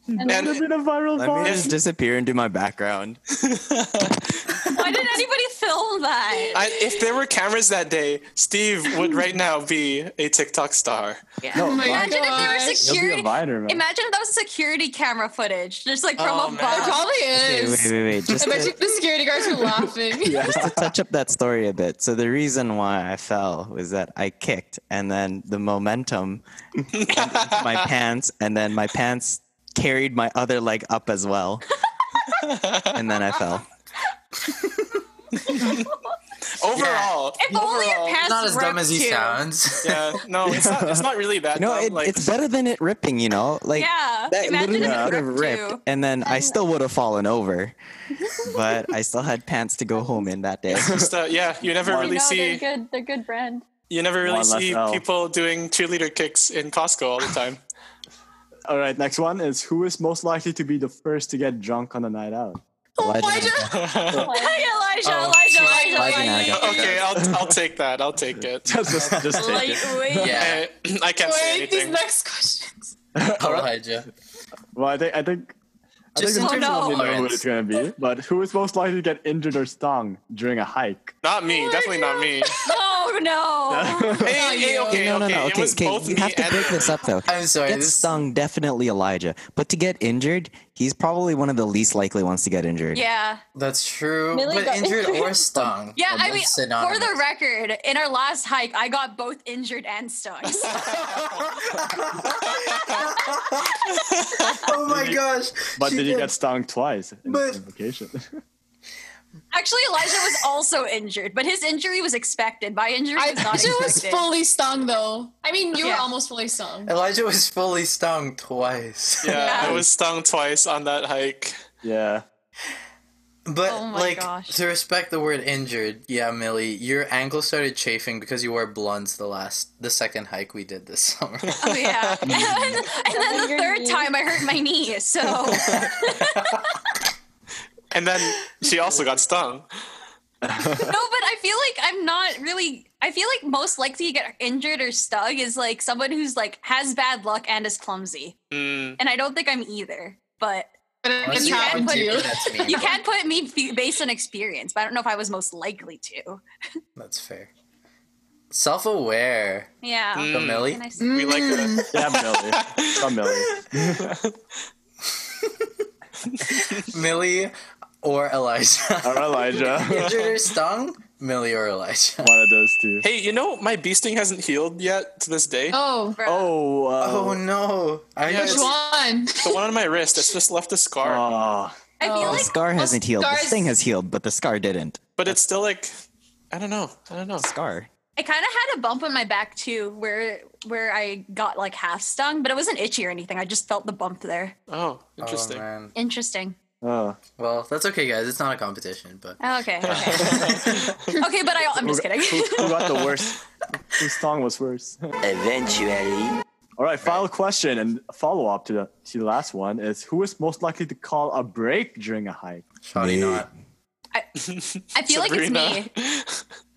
And And- it's been a viral Let me Vine. just disappear into my background. Why did anybody film that? I, if there were cameras that day, Steve would right now be a TikTok star. No, Oh my Vine- Oh Imagine if there were Gosh. You'll be a security. Viner, man. Imagine if that was security camera footage, just like from Oh, man. It above. probably Okay, wait, is. wait, wait. Just I bet you to, the security guards are laughing. just to touch up that story a bit. So the reason why I fell was that I kicked, and then the momentum went into my pants, and then my pants carried my other leg up as well, and then I fell. Overall, If only your overall, pants Not as dumb as he ripped you. sounds. yeah, no, it's not, it's not really that. No, dumb, it, like, it's better than it ripping. You know, like Yeah. that Imagine literally if it could have ripped ripped, you. and then I still would have fallen over. but I still had pants to go home in that day. just, uh, yeah, you never You really know, see they're good. They're good brand. you never really One less see L. people doing cheerleader kicks in Costco all the time. All right, next one is who is most likely to be the first to get drunk on a night out? Legend. Hi, Elijah, Oh, Elijah, she's Elijah, lagging, I Elijah. guess. okay, I'll I'll take that. I'll take it. just, just, just take it. Lightweight. yeah, I, I can't say Wait, these anything. next questions. Elijah. Well, I think I think I Just think in terms the two of of you know who tolerance. it's gonna be. But who is most likely to get injured or stung during a hike? Not me. Definitely not me. Oh no. Hey, hey, you. okay, No, no, okay. no. It Okay, was okay. both You me have to and break him. this up though. I'm sorry. Get This stung, definitely Elijah. But to get injured, he's probably one of the least likely ones to get injured. Yeah. that's true. Millie but got injured or injured. stung. Yeah, I are both mean, for synonymous. the record, in our last hike, I got both injured and stung. Oh my gosh. But she did you get stung twice? in- But- in vacation? Actually, Elijah was also injured, but his injury was expected. My injury I was not Elijah expected. was fully stung though. I mean, you Yeah. were almost fully stung. Elijah was fully stung twice. Yeah, Yeah. I was stung twice on that hike. yeah. But Oh my like gosh. to respect the word injured, yeah, Millie, your ankle started chafing because you wore blunts the last the second hike we did this summer. Oh, yeah. and then, and then the Your third knee. time, I hurt my knee. So And then she also got stung. no, but I feel like I'm not really. I feel like most likely to get injured or stung is like someone who's like has bad luck and is clumsy, Mm, and I don't think I'm either. But But Unless it's you had happened happen put- to you. that's me. you can put me f- based on experience, but I don't know if I was most likely to. That's fair. Self aware. Yeah. Mm. The Millie. Can I s- we like that. Yeah, Millie. Some Millie. Millie or Elijah. Or Elijah. injured or stung? Millie or Elijah. One of those two. Hey, you know my bee sting hasn't healed yet to this day. Oh, Bro. Oh, uh, Oh no. I Yeah, heard- which one? The one on my wrist, it's just left a scar, aw. I feel Oh. The like scar hasn't healed. The scar's- sting has healed, but the scar didn't. but it's still like, I don't know, I don't know. Scar. I kind of had a bump on my back too, where where I got like half stung, but it wasn't itchy or anything. I just felt the bump there. Oh, Oh, interesting. man. Interesting. Oh. Well, that's okay guys, it's not a competition, but Oh, Okay. Okay. okay, but I, I'm just kidding. Who, who got the worst? Whose song was worse? Eventually, All right, final question and follow up to the to the last one is who is most likely to call a break during a hike? probably not. I feel like it's me.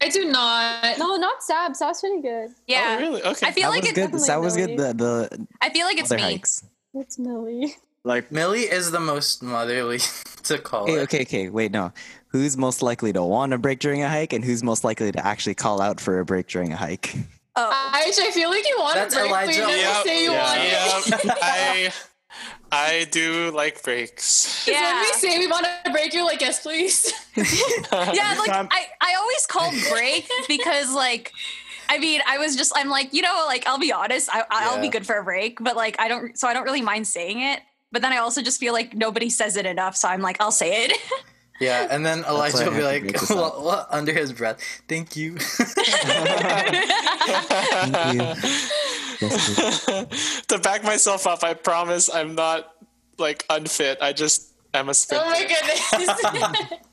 I do not. No, not Sab. Sab's pretty good. Yeah. Oh, really? Okay. I feel like That was it's good. That definitely was good. The, the I feel like it's other me. hikes. What's Millie? Like Millie is the most motherly to call Okay, her. okay, okay. Wait, no. Who's most likely to want a break during a hike, and who's most likely to actually call out for a break during a hike? Oh, Aisha, I feel like you want That's a break, Elijah. but you never Yeah, say you want it. Yep. I, I do like breaks. Because when yeah. we say we want a break, you're like, yes, please. yeah like time- I, I always call break because like i mean i was just i'm like you know like i'll be honest I, i'll be Yeah. good for a break but like i don't so i don't really mind saying it but then i also just feel like nobody says it enough so i'm like i'll say it Yeah, and then why I Elijah will be have to break like this up. "Wha- wha- under his breath. Thank you. Thank you. Yes, please. to back myself up, I promise I'm not like unfit. I just am a sprinter. Oh my goodness.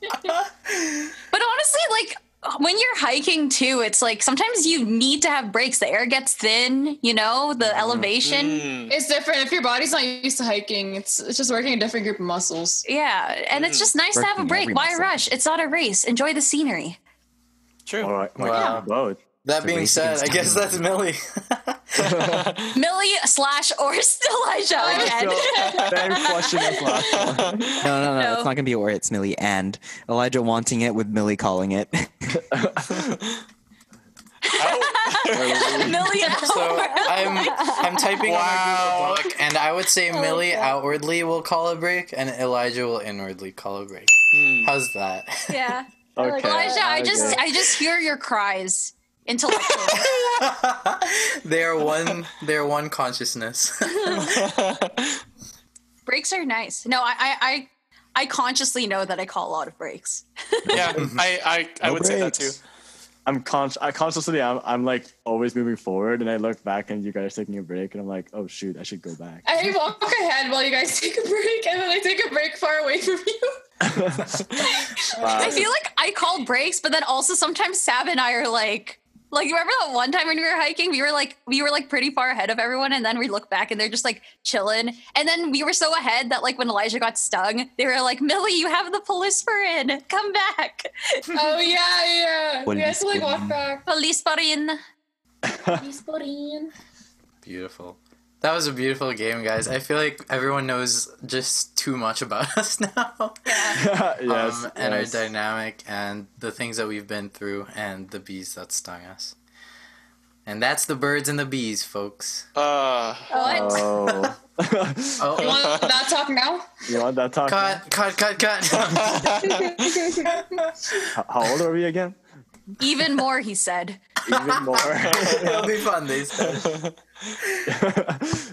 but honestly like when you're hiking too it's like sometimes you need to have breaks the air gets thin you know the elevation Mm. it's different. If your body's not used to hiking, it's, it's just working a different group of muscles. yeah and it's just nice to have a Working break every why muscle. rush it's not a race enjoy the scenery True. All right, my Wow. boat. That The being race said, I against guess that's time. Millie. millie slash or elijah again Same Oh, question as last one. No, no, no, No. It's not going to be or. It's Millie and Elijah wanting it with Millie calling it. millie So I'm I'm typing on Wow. our Google Doc, and I would say Millie outwardly will call a break, and Elijah will inwardly call a break. How's that? yeah Okay. Elijah, I just Okay. I just hear your cries intellectually. they are one. They are one consciousness. breaks are nice. No, I, I I I consciously know that I call a lot of breaks. yeah, I, I, I No would say that too. breaks. I'm conscious. I consciously, I'm, I'm like always moving forward, and I look back, and you guys are taking a break, and I'm like, oh shoot, I should go back. I walk ahead while you guys take a break, and then I take a break far away from you. I Uh, feel like I call breaks, but then also sometimes Sab and I are like like you remember that one time when we were hiking, we were like we were like pretty far ahead of everyone, and then we look back and they're just like chilling. And then we were so ahead that like when Elijah got stung, they were like, "Millie, you have the polysporin. Come back, Oh yeah, yeah. What we is have to like walk going back. polysporin." beautiful. That was a beautiful game, guys. I feel like everyone knows just too much about us now. yes, um, and yes. our dynamic and the things that we've been through and the bees that stung us. And that's the birds and the bees, folks. Uh, What? Oh, You Oh, want that talk now? you want that talk? now? cut, cut, cut, cut. H- How old are we again? Even more, he said. Even more. It'll be fun, they said.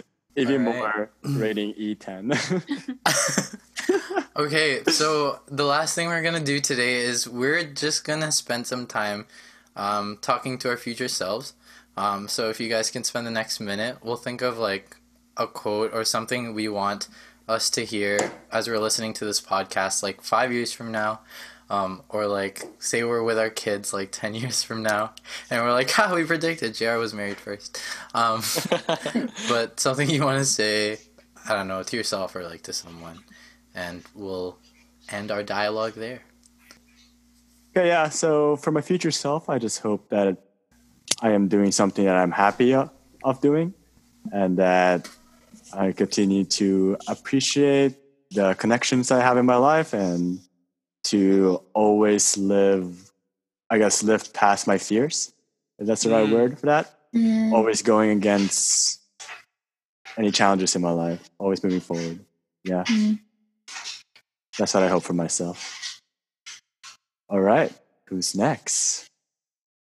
Even All more. right. Rating E E10. Okay, so the last thing we're going to do today is we're just going to spend some time um, talking to our future selves. Um, so if you guys can spend the next minute, we'll think of like a quote or something we want us to hear as we're listening to this podcast, like five years from now. Um, or like say we're with our kids like 10 years from now and we're like ha we predicted jr was married first um, but something you want to say i don't know to yourself or like to someone and we'll end our dialogue there Okay, yeah. So for my future self, I just hope that I am doing something that I'm happy o- of doing, and that I continue to appreciate the connections I have in my life, and to always live, I guess, live past my fears. If that's the right Mm. word for that. Always going against any challenges in my life. Always moving forward. Yeah. Mm. Hmm. That's what I hope for myself. All right. Who's next?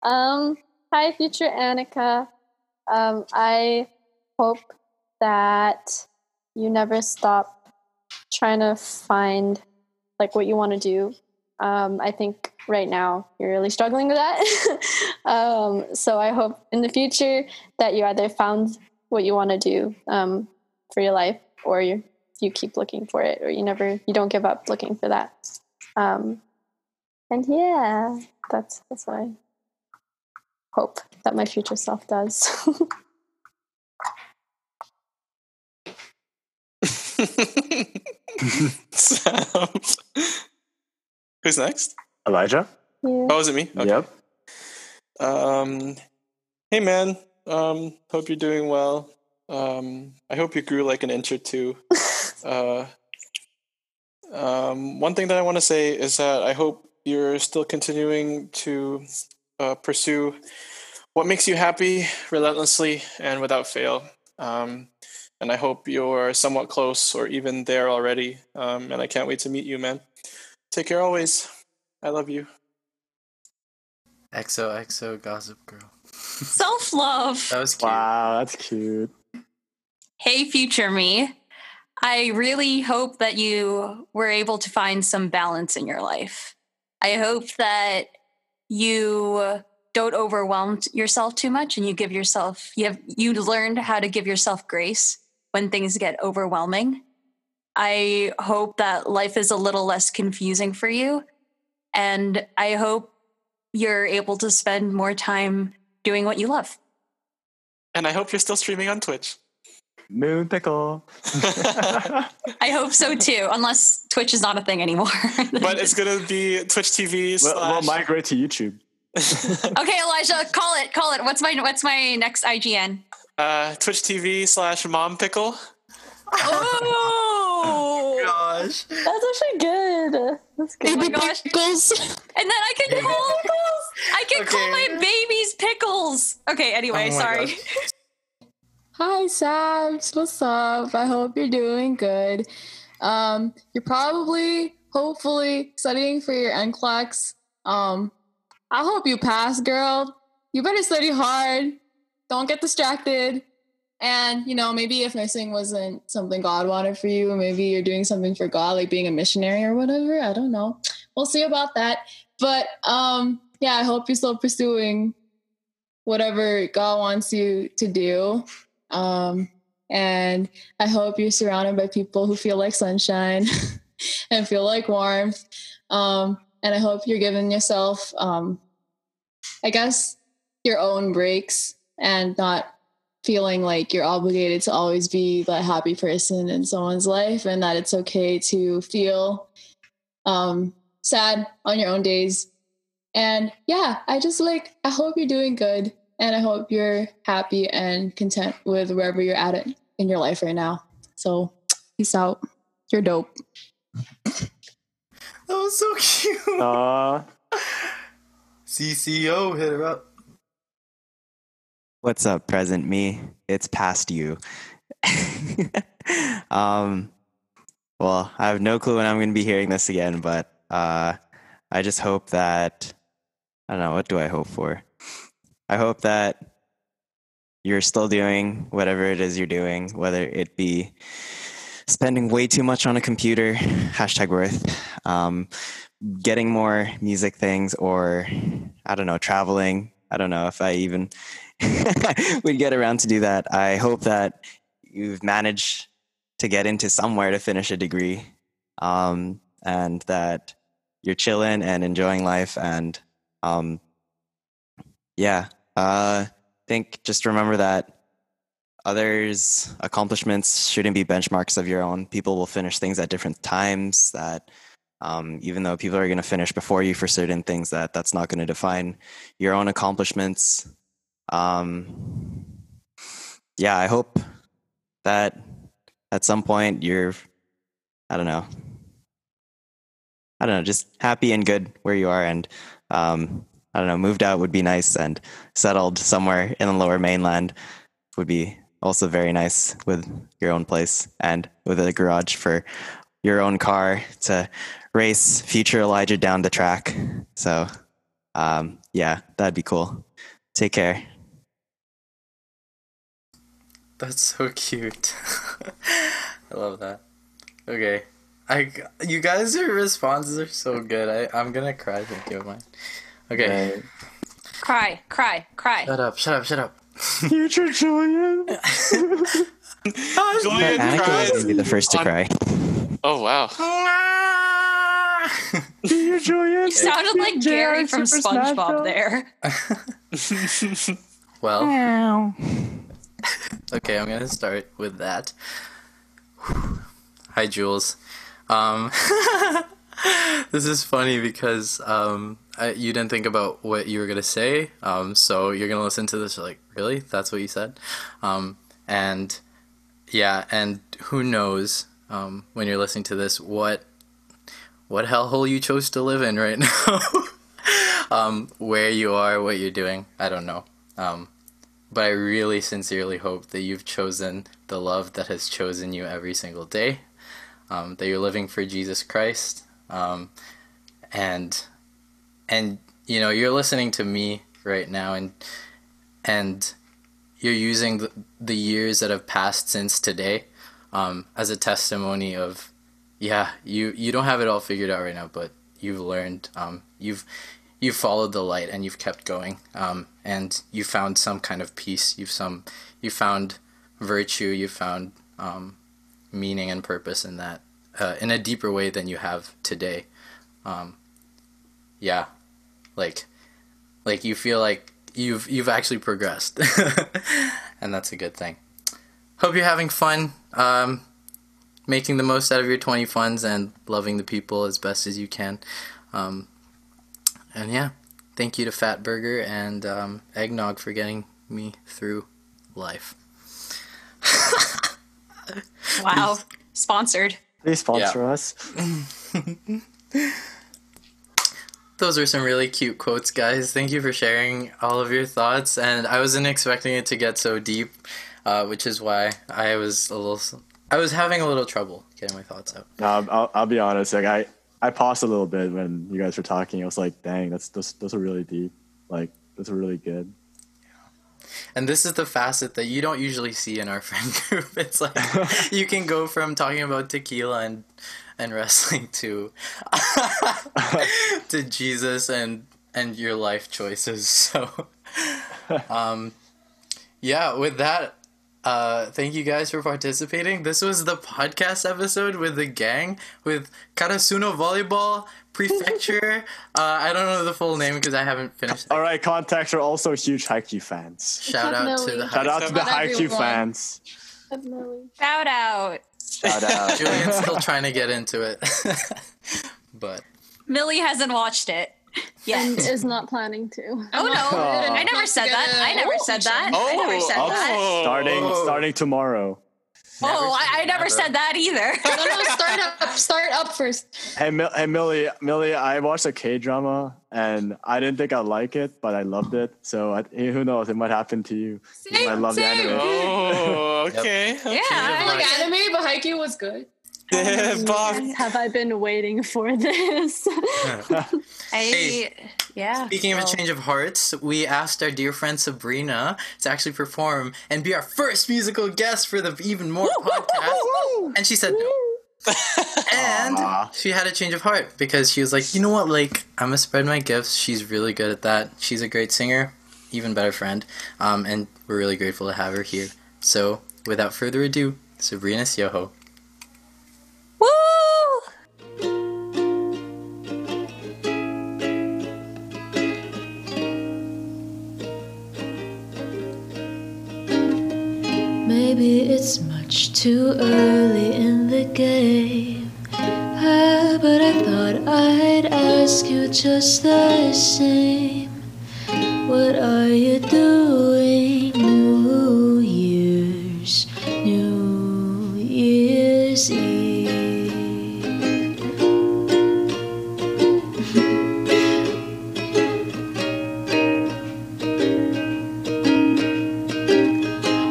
Um, hi, future Annika. Um, I hope that you never stop trying to find like what you want to do. Um, I think right now you're really struggling with that. um, so I hope in the future that you either found what you want to do um, for your life, or you you keep looking for it, or you never you don't give up looking for that. Um, and yeah, that's that's what I hope that my future self does. so- who's next? Elijah? yeah. Oh, is it me? Okay. Yep. Um, hey man. Um, hope you're doing well. Um, I hope you grew like an inch or two. uh, um, one thing that I want to say is that I hope you're still continuing to uh, pursue what makes you happy relentlessly and without fail. Um, and I hope you're somewhat close or even there already. Um, and I can't wait to meet you, man. Take care always. I love you. XOXO Gossip Girl. Self love. That was cute. Wow, that's cute. Hey, future me. I really hope that you were able to find some balance in your life. I hope that you don't overwhelm yourself too much and you give yourself you have you learned how to give yourself grace when things get overwhelming. I hope that life is a little less confusing for you and I hope you're able to spend more time doing what you love. And I hope you're still streaming on Twitch. Moon pickle. but I hope so too, unless Twitch is not a thing anymore. it's gonna be Twitch TV. We'll, we'll slash- migrate to YouTube. okay, Elijah, call it, call it. What's my what's my next IGN? uh, Twitch TV slash Mom Pickle. Oh, Gosh. That's actually good. That's good. my gosh. Pickles. and then I can call I can call Okay. my babies pickles. Okay, anyway, Oh my sorry. God. Hi, Sabs. What's up? I hope you're doing good. Um, you're probably, hopefully, studying for your NCLEX. Um, I hope you pass, girl. You better study hard. Don't get distracted. And, you know, maybe if nursing wasn't something God wanted for you, maybe you're doing something for God, like being a missionary or whatever. I don't know. We'll see about that. But, um, yeah, I hope you're still pursuing whatever God wants you to do. Um, and I hope you're surrounded by people who feel like sunshine and feel like warmth. Um, and I hope you're giving yourself, um, I guess, your own breaks and not feeling like you're obligated to always be the happy person in someone's life and that it's okay to feel um, sad on your own days. And yeah, I just like, I hope you're doing good and I hope you're happy and content with wherever you're at it in your life right now. So, peace out. You're dope. That was so cute. Uh, CCO, hit her up. What's up, present me? It's past you. um, well, I have no clue when I'm going to be hearing this again, but uh, I just hope that I don't know. What do I hope for? I hope that you're still doing whatever it is you're doing, whether it be spending way too much on a computer, hashtag worth, um, getting more music things, or I don't know, traveling. I don't know if I even would get around to do that. I hope that you've managed to get into somewhere to finish a degree um, and that you're chilling and enjoying life. And um, yeah, uh, think just remember that others' accomplishments shouldn't be benchmarks of your own. People will finish things at different times. That um, even though people are going to finish before you for certain things, that that's not going to define your own accomplishments. Um, yeah, I hope that at some point you're, I don't know, I don't know, just happy and good where you are, and um, I don't know, moved out would be nice, and settled somewhere in the Lower Mainland would be also very nice with your own place and with a garage for your own car to race future Elijah down the track. So, um, yeah, that'd be cool. Take care. That's so cute. I love that. Okay. I, you guys, your responses are so good. I, I'm gonna cry thinking of mine. Okay. Cry, cry, cry. Shut up, shut up, shut up. future Julian. Julian Annika is cries. gonna be the first to on- cry. Oh wow. Future Julian. You sounded like Gary from SpongeBob there. well. Okay, I'm gonna start with that. Hi, Jules. Um, this is funny because um, I, you didn't think about what you were gonna say, um, so you're gonna listen to this you're like, really? That's what you said. Um, and yeah, and who knows um, when you're listening to this what what hellhole you chose to live in right now, um, where you are, what you're doing. I don't know, um, but I really sincerely hope that you've chosen the love that has chosen you every single day, um, that you're living for Jesus Christ, um, and and you know you're listening to me right now, and and you're using the, the years that have passed since today um, as a testimony of yeah you you don't have it all figured out right now but you've learned um, you've you've followed the light and you've kept going um, and you found some kind of peace you've some you found virtue you found um, meaning and purpose in that uh, in a deeper way than you have today um, yeah like like you feel like you've you've actually progressed and that's a good thing hope you're having fun um, making the most out of your 20 funds and loving the people as best as you can um, and yeah thank you to fat burger and um, eggnog for getting me through life Uh, Wow. Sponsored. Please sponsor us. Those were some really cute quotes, guys. Thank you for sharing all of your thoughts. And I wasn't expecting it to get so deep, uh, which is why I was a little. I was having a little trouble getting my thoughts out. No, I'll, I'll, I'll be honest. Like I, I paused a little bit when you guys were talking. I was like, dang, that's those, those are really deep. Like those are really good. And this is the facet that you don't usually see in our friend group. It's like you can go from talking about tequila and and wrestling to to Jesus and and your life choices. So um yeah, with that uh, thank you guys for participating. This was the podcast episode with the gang with Karasuno Volleyball Prefecture. uh, I don't know the full name because I haven't finished. All right, contacts are also huge Haikyuu fans. Shout out to the Definitely. Shout out to the Not Haikyuu everyone. fans. Definitely. Shout out. Shout out. Julian's still trying to get into it. but Millie hasn't watched it. And Yet. is not planning to. Oh no. Aw. I never said that. I never said that. I never said Oh, that. oh. Starting starting tomorrow. Oh, I, I never never. said that either. No, no, start up, start up first. Hey, Mil- hey, Millie, Millie, I watched a K drama and I didn't think I'd like it, but I loved it. So I, who knows? It might happen to you. You might love the same. anime. Oh, okay. yeah. I like anime, but Haikyuu was good. Yeah, Bob. Have I been waiting for this? I, Hey. yeah. Speaking of a Well, change of hearts, we asked our dear friend Sabrina to actually perform and be our first musical guest for the Even More podcast. And she said no. and Aw. she had a change of heart because she was like, you know what, like, I'm going to spread my gifts. She's really good at that. She's a great singer, even better friend. Um, and we're really grateful to have her here. So, without further ado, Sabrina Sioho. Woo! Maybe it's much too early in the game. Ah, but I thought I'd ask you just the same. What are you doing? New Year's, New Year's Eve.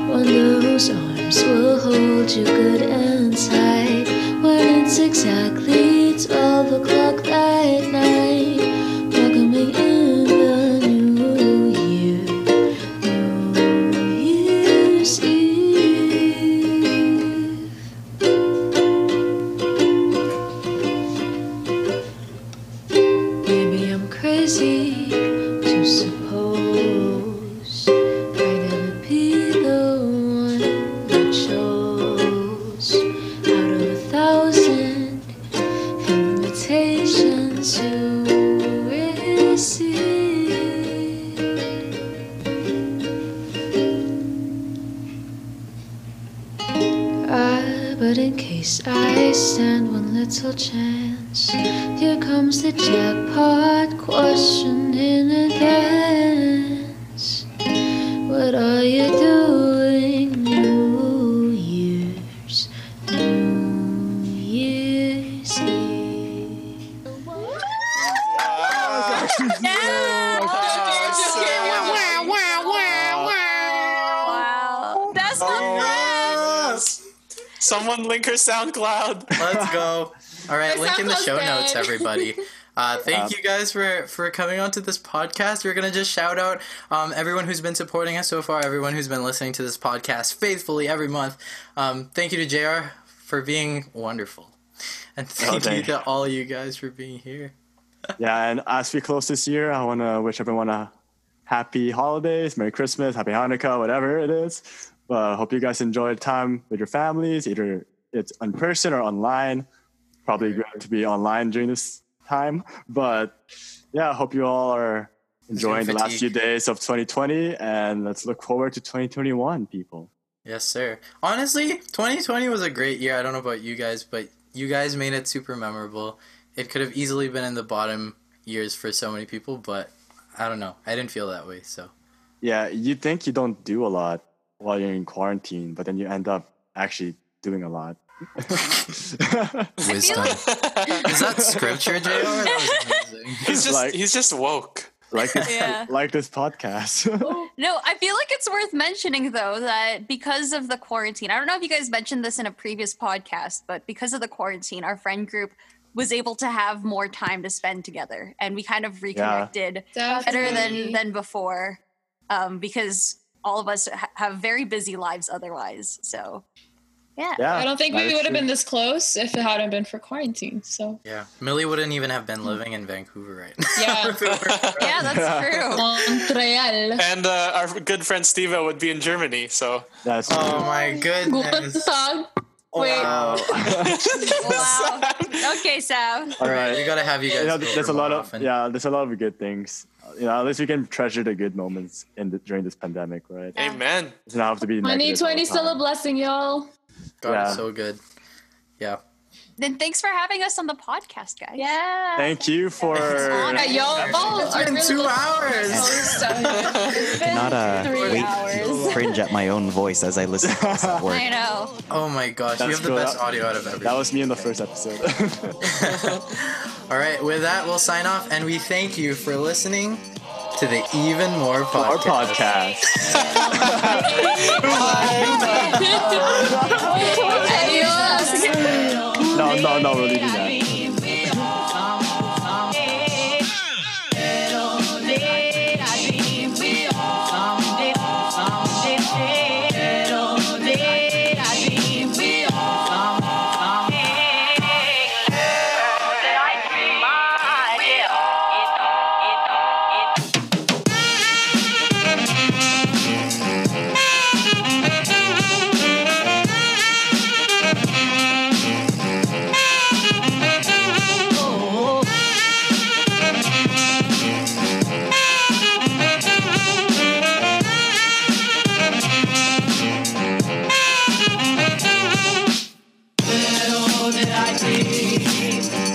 Wonder whose arms will hold you good and tight when it's exactly 12 o'clock that night. Welcoming in the new year, New Year's Eve. Maybe I'm crazy to suppose I'd ever be the one you chose out of a thousand invitations you receive. Ah, but in case I stand one little chance, here comes the jackpot question in advance. What are you doing, New Oh, Oh. Someone link her SoundCloud. Let's go. All right, My link in the SoundCloud's show dead. notes, everybody. Uh, Um, thank you guys for for coming on to this podcast. We're gonna just shout out um, everyone who's been supporting us so far, everyone who's been listening to this podcast faithfully every month. Um, thank you to Jr. for being wonderful, and thank you thank- to all you guys for being here. Yeah, and as we close this year, I want to wish everyone a happy holidays, Merry Christmas, Happy Hanukkah, whatever it is. Uh, hope you guys enjoyed time with your families, either it's in person or online. Probably great to be online during this time, but yeah, hope you all are enjoying the last few fatigue. days of 2020, and let's look forward to 2021, people. Yes, sir. Honestly, 2020 was a great year. I don't know about you guys, but you guys made it super memorable. It could have easily been in the bottom years for so many people, but I don't know. I didn't feel that way, so. Yeah, you think you don't do a lot while you're in quarantine, but then you end up actually doing a lot. Wisdom. Is that scripture, JR? That was amazing. He's just Like- he's just woke. like this, Yeah. like this podcast. No, I feel like it's worth mentioning though that because of the quarantine, I don't know if you guys mentioned this in a previous podcast, but because of the quarantine, our friend group was able to have more time to spend together, and we kind of reconnected better than than before, um, because all of us ha- have very busy lives otherwise. So, yeah, yeah, I don't think that we is would have true. been this close if it hadn't been for quarantine. So Yeah. Millie wouldn't even have been living in Vancouver right now. yeah, yeah, that's true. Montreal. And uh, our good friend Steve would be in Germany, so That's true. Oh my Guten goodness. Tag. Wait, wow. Okay, Sam. All right, we gotta have you guys. You know, over there's a more lot of often. yeah, there's a lot of good things. You know, at least we can treasure the good moments in the, during this pandemic, right? It Amen. doesn't have to be. negative all the 2020 still a time. blessing, y'all. God, yeah. it's so good. Yeah. Then thanks for having us on the podcast, guys. Yeah. Thanhank you for. Yeah, y'all. Oh, It's been two hours. Not uh, Three wait, hours. cringe at my own voice as I listen to this at work. I know. Oh my gosh, you That's have the cool. best That- audio out of everyone. That was me in the first episode. All right, with that, we'll sign off, and we thank you for listening to the Even More Our podcast. podcast. Oh, No, no, no, we're leaving that. Little did I dream